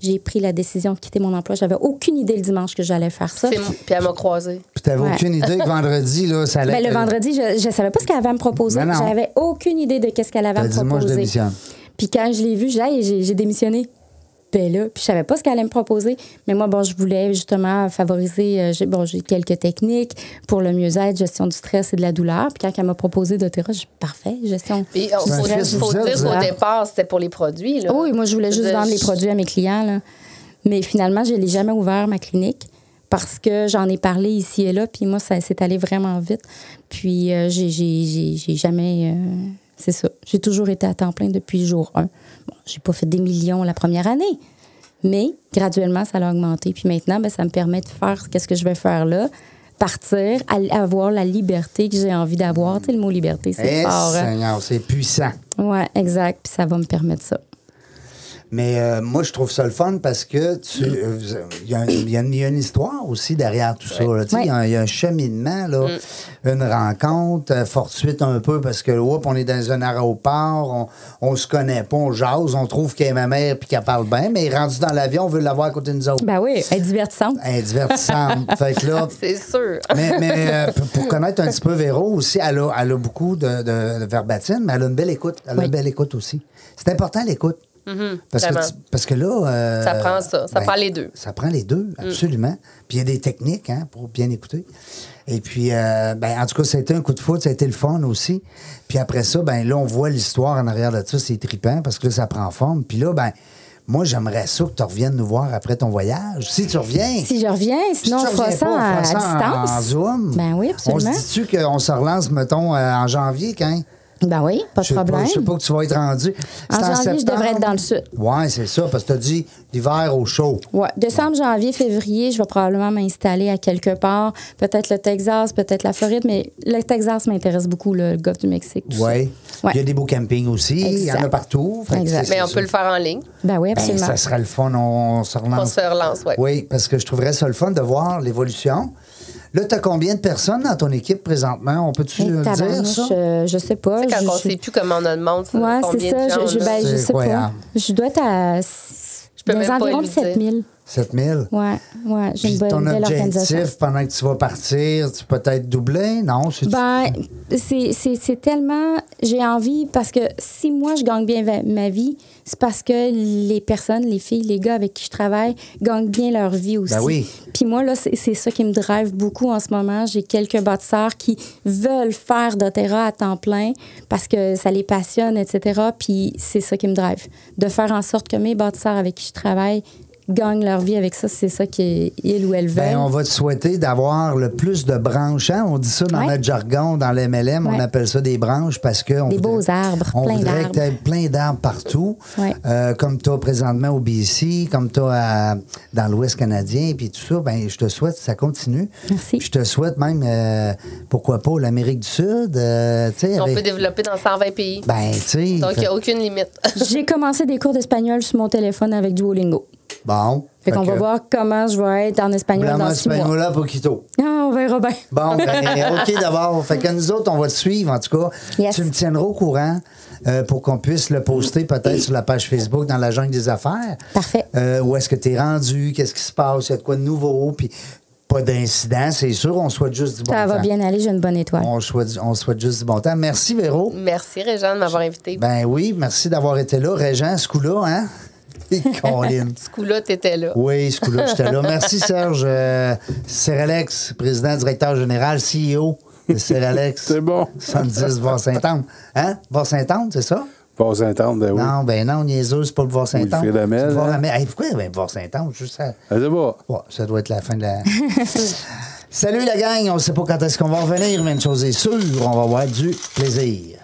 S4: j'ai pris la décision de quitter mon emploi. J'avais aucune idée le dimanche que j'allais faire ça.
S2: c'est moi- Puis elle m'a croisée.
S1: Puis t'avais
S4: Ouais.
S1: aucune idée que vendredi, là, ça allait.
S4: Ben, le
S1: être-
S4: vendredi, je ne savais pas ce qu'elle avait à me proposer.
S1: Ben non.
S4: J'avais aucune idée de qu'est-ce qu'elle avait à
S1: T'as
S4: me
S1: dit,
S4: proposer.
S1: moi, je démissionne.
S4: Puis quand je l'ai vu, j'ai dit, Hey, j'ai j'ai démissionné. Ben là, puis je savais pas ce qu'elle allait me proposer. Mais moi, bon, je voulais justement favoriser. euh, j'ai- bon, j'ai quelques techniques pour le mieux-être, gestion du stress et de la douleur. Puis quand elle m'a proposé d'Otera, j'ai dit, parfait, gestion.
S2: Puis on-
S1: C'est un
S2: faut,
S1: fils
S2: faut
S1: du
S2: dire
S1: zèbre,
S2: qu'au
S1: ça.
S2: départ, c'était pour les produits. Là.
S4: Oh oui, moi, je voulais juste
S2: veux dire,
S4: vendre les
S2: je-
S4: produits à mes clients. là. Mais finalement, je n'ai jamais ouvert ma clinique parce que j'en ai parlé ici et là. Puis moi, ça s'est allé vraiment vite. Puis euh, j'ai- j'ai j'ai- j'ai jamais. euh, c'est ça. J'ai toujours été à temps plein depuis jour 1. Bon, j'ai pas fait des millions la première année. Mais graduellement, ça a augmenté. Puis maintenant, ben, ça me permet de faire qu'est-ce que je vais faire là. Partir, aller- avoir la liberté que j'ai envie d'avoir. Tu sais, le mot liberté, c'est
S1: Eh,
S4: fort. hein?
S1: Seigneur, c'est puissant.
S4: Ouais, exact. Puis ça va me permettre ça.
S1: Mais euh, moi, je trouve ça le fun parce que tu. euh, vous- Il y, a un- il y a une- il y a une histoire aussi derrière tout ça. là. Tu sais, Il y a un- il y, a un cheminement, là, une rencontre euh, fortuite un peu parce que, oups, on est dans un aéroport, on, on se connaît pas, on jase, on trouve qu'elle est ma mère puis qu'elle parle bien, mais rendu dans l'avion, on veut l'avoir à côté de nous autres.
S4: Ben oui, elle est divertissante.
S1: Elle est divertissante. fait que là,
S2: C'est sûr.
S1: mais, mais, euh, pour- pour connaître un petit peu Véro aussi, elle a, elle a beaucoup de, de, de verbatim, mais elle a une belle écoute. Elle a
S4: Oui.
S1: une belle écoute aussi. C'est important l'écoute. parce, que
S2: Mm-hmm, vraiment.
S1: tu- parce que là. euh,
S2: Ça prend ça. Ça prend les deux. Mm.
S1: Ça prend les deux, absolument. Puis il y a des techniques hein, pour bien écouter. Et puis, euh, ben, en tout cas, ça a été un coup de foot, ça a été le fun aussi. Puis après ça, ben là, on voit l'histoire en arrière de ça, c'est trippant parce que là, ça prend forme. Puis là, ben, moi, j'aimerais ça que tu reviennes nous voir après ton voyage. Si tu reviens.
S4: Si je reviens, sinon
S1: Si tu
S4: on fera
S1: reviens
S4: ça
S1: pas, on
S4: à,
S1: fera ça en-
S4: distance.
S1: En Zoom.
S4: Ben oui, absolument.
S1: On se dit-tu qu'on se relance, mettons, euh, en janvier, quand?
S4: Ben oui, pas de
S1: Je sais
S4: problème.
S1: je sais pas que tu vas être rendu.
S4: En
S1: C'est
S4: janvier, je devrais être dans le sud.
S1: Oui, c'est ça, parce que tu as dit l'hiver au chaud.
S4: Ouais, décembre, janvier, février, je vais probablement m'installer à quelque part. Peut-être le Texas, peut-être la Floride, mais le Texas m'intéresse beaucoup, le golfe du Mexique. tout ça.
S1: Oui.
S4: Ouais.
S1: Il y a des beaux campings aussi. Il y en a
S4: Exact.
S1: partout. Fait que
S4: Exact.
S1: c'est-
S2: Mais on
S1: c'est
S2: peut le faire en ligne.
S4: Ben oui,
S1: Ben,
S4: absolument.
S1: ça serait le fun, on, se relance.
S2: On se relance, ouais.
S1: Oui, parce que je trouverais ça le fun de voir l'évolution. Là, tu as combien de personnes dans ton équipe présentement? On peut-tu
S4: Hey,
S1: le dire,
S4: tabarnouche,
S1: ça?
S4: euh, je sais pas.
S2: Tu sais,
S4: je-
S2: quand on
S4: je-
S2: sait plus comment on en demande, ça,
S4: Ouais, c'est
S2: combien
S4: ça.
S2: de gens
S4: Je, je,
S2: on a.
S4: ben, je
S1: C'est
S4: sais pas.
S1: incroyable.
S4: Je dois être à.
S2: peux
S4: dans
S2: même pas
S4: environ
S2: lui dire.
S4: 7 000.
S1: 7000?
S4: Ouais, ouais. J'ai
S1: Puis
S4: une bonne
S1: ton
S4: belle organisation.
S1: objectif pendant que tu vas partir, tu peux être doublé, non? Si tu-
S4: Ben, c'est- c'est c'est tellement. J'ai envie, parce que si moi, je gagne bien va- ma vie, c'est parce que les personnes, les filles, les gars avec qui je travaille gagnent bien leur vie aussi.
S1: Ben oui.
S4: Puis moi, là, c'est c'est ça qui me drive beaucoup en ce moment. J'ai quelques bâtisseurs qui veulent faire d'Otera à temps plein parce que ça les passionne, etc. Puis c'est ça qui me drive. De faire en sorte que mes bâtisseurs avec qui je travaille gagnent leur vie avec ça, c'est ça qu'ils ou elles veulent.
S1: Ben, on va te souhaiter d'avoir le plus de branches. hein? On dit ça dans
S4: Ouais.
S1: notre jargon, dans l'MLM, on
S4: Ouais.
S1: appelle ça des branches parce que... On
S4: Des
S1: voudrait-
S4: beaux arbres,
S1: On
S4: plein
S1: voudrait
S4: d'arbres.
S1: que t'aies plein d'arbres partout,
S4: Ouais.
S1: Euh, comme toi présentement au BC, comme toi à- dans l'Ouest canadien, puis tout ça. Ben, je te souhaite que ça continue.
S4: Merci.
S1: Je te souhaite même, euh, pourquoi pas, l'Amérique du Sud. euh, tu sais,
S2: On
S1: avec-
S2: peut développer dans 120 pays.
S1: Ben, tu sais...
S2: Donc, il
S1: fait-
S2: n'y a aucune limite.
S4: J'ai commencé des cours d'espagnol sur mon téléphone avec Duolingo.
S1: Bon.
S4: Fait qu'on
S1: que-
S4: va voir comment je vais être en espagnol
S1: Blâme
S4: dans six mois.
S1: Espagnola, Poquito.
S4: Ah, on verra bien.
S1: Bon, ben, OK d'abord. Fait que nous autres, on va te suivre, en tout cas.
S4: Yes.
S1: Tu me tiendras au courant euh, pour qu'on puisse le poster peut-être sur la page Facebook dans la jungle des affaires.
S4: Parfait.
S1: Euh, où est-ce que tu es rendu? Qu'est-ce qui se passe? Il y a de quoi de nouveau? Puis pas d'incident, c'est sûr. On souhaite juste du bon
S4: Ça
S1: temps.
S4: va bien aller, j'ai une bonne étoile.
S1: On souhaite, on souhaite juste du bon temps. Merci, Véro.
S2: Merci, Réjean, de m'avoir invité.
S1: Ben oui, merci d'avoir été là. Régent, ce coup-là, hein? Et Colin.
S2: Ce coup-là, tu étais là.
S1: Oui, ce coup-là, j'étais là. Merci, Serge. Euh, Seralex, président, directeur général, CEO de Seralex.
S5: C'est bon.
S1: 70 Var-Saint-Anne. Hein? Var-Saint-Anne, c'est ça?
S5: Pas s'entendre, ben oui.
S1: Non, ben non, niaiseux, c'est pas le Var-Saint-Anne.
S5: Wilfrid Hamel,
S1: C'est le
S5: hein?
S1: Var-Hamel. Hey, pourquoi ben, Var-Saint-Anne? Juste à-
S3: Ben,
S5: Je sais pas.
S1: Ouais, ça doit être la fin de la. Salut la gang, on sait pas quand est-ce qu'on va revenir, mais une chose est sûre, on va avoir du plaisir.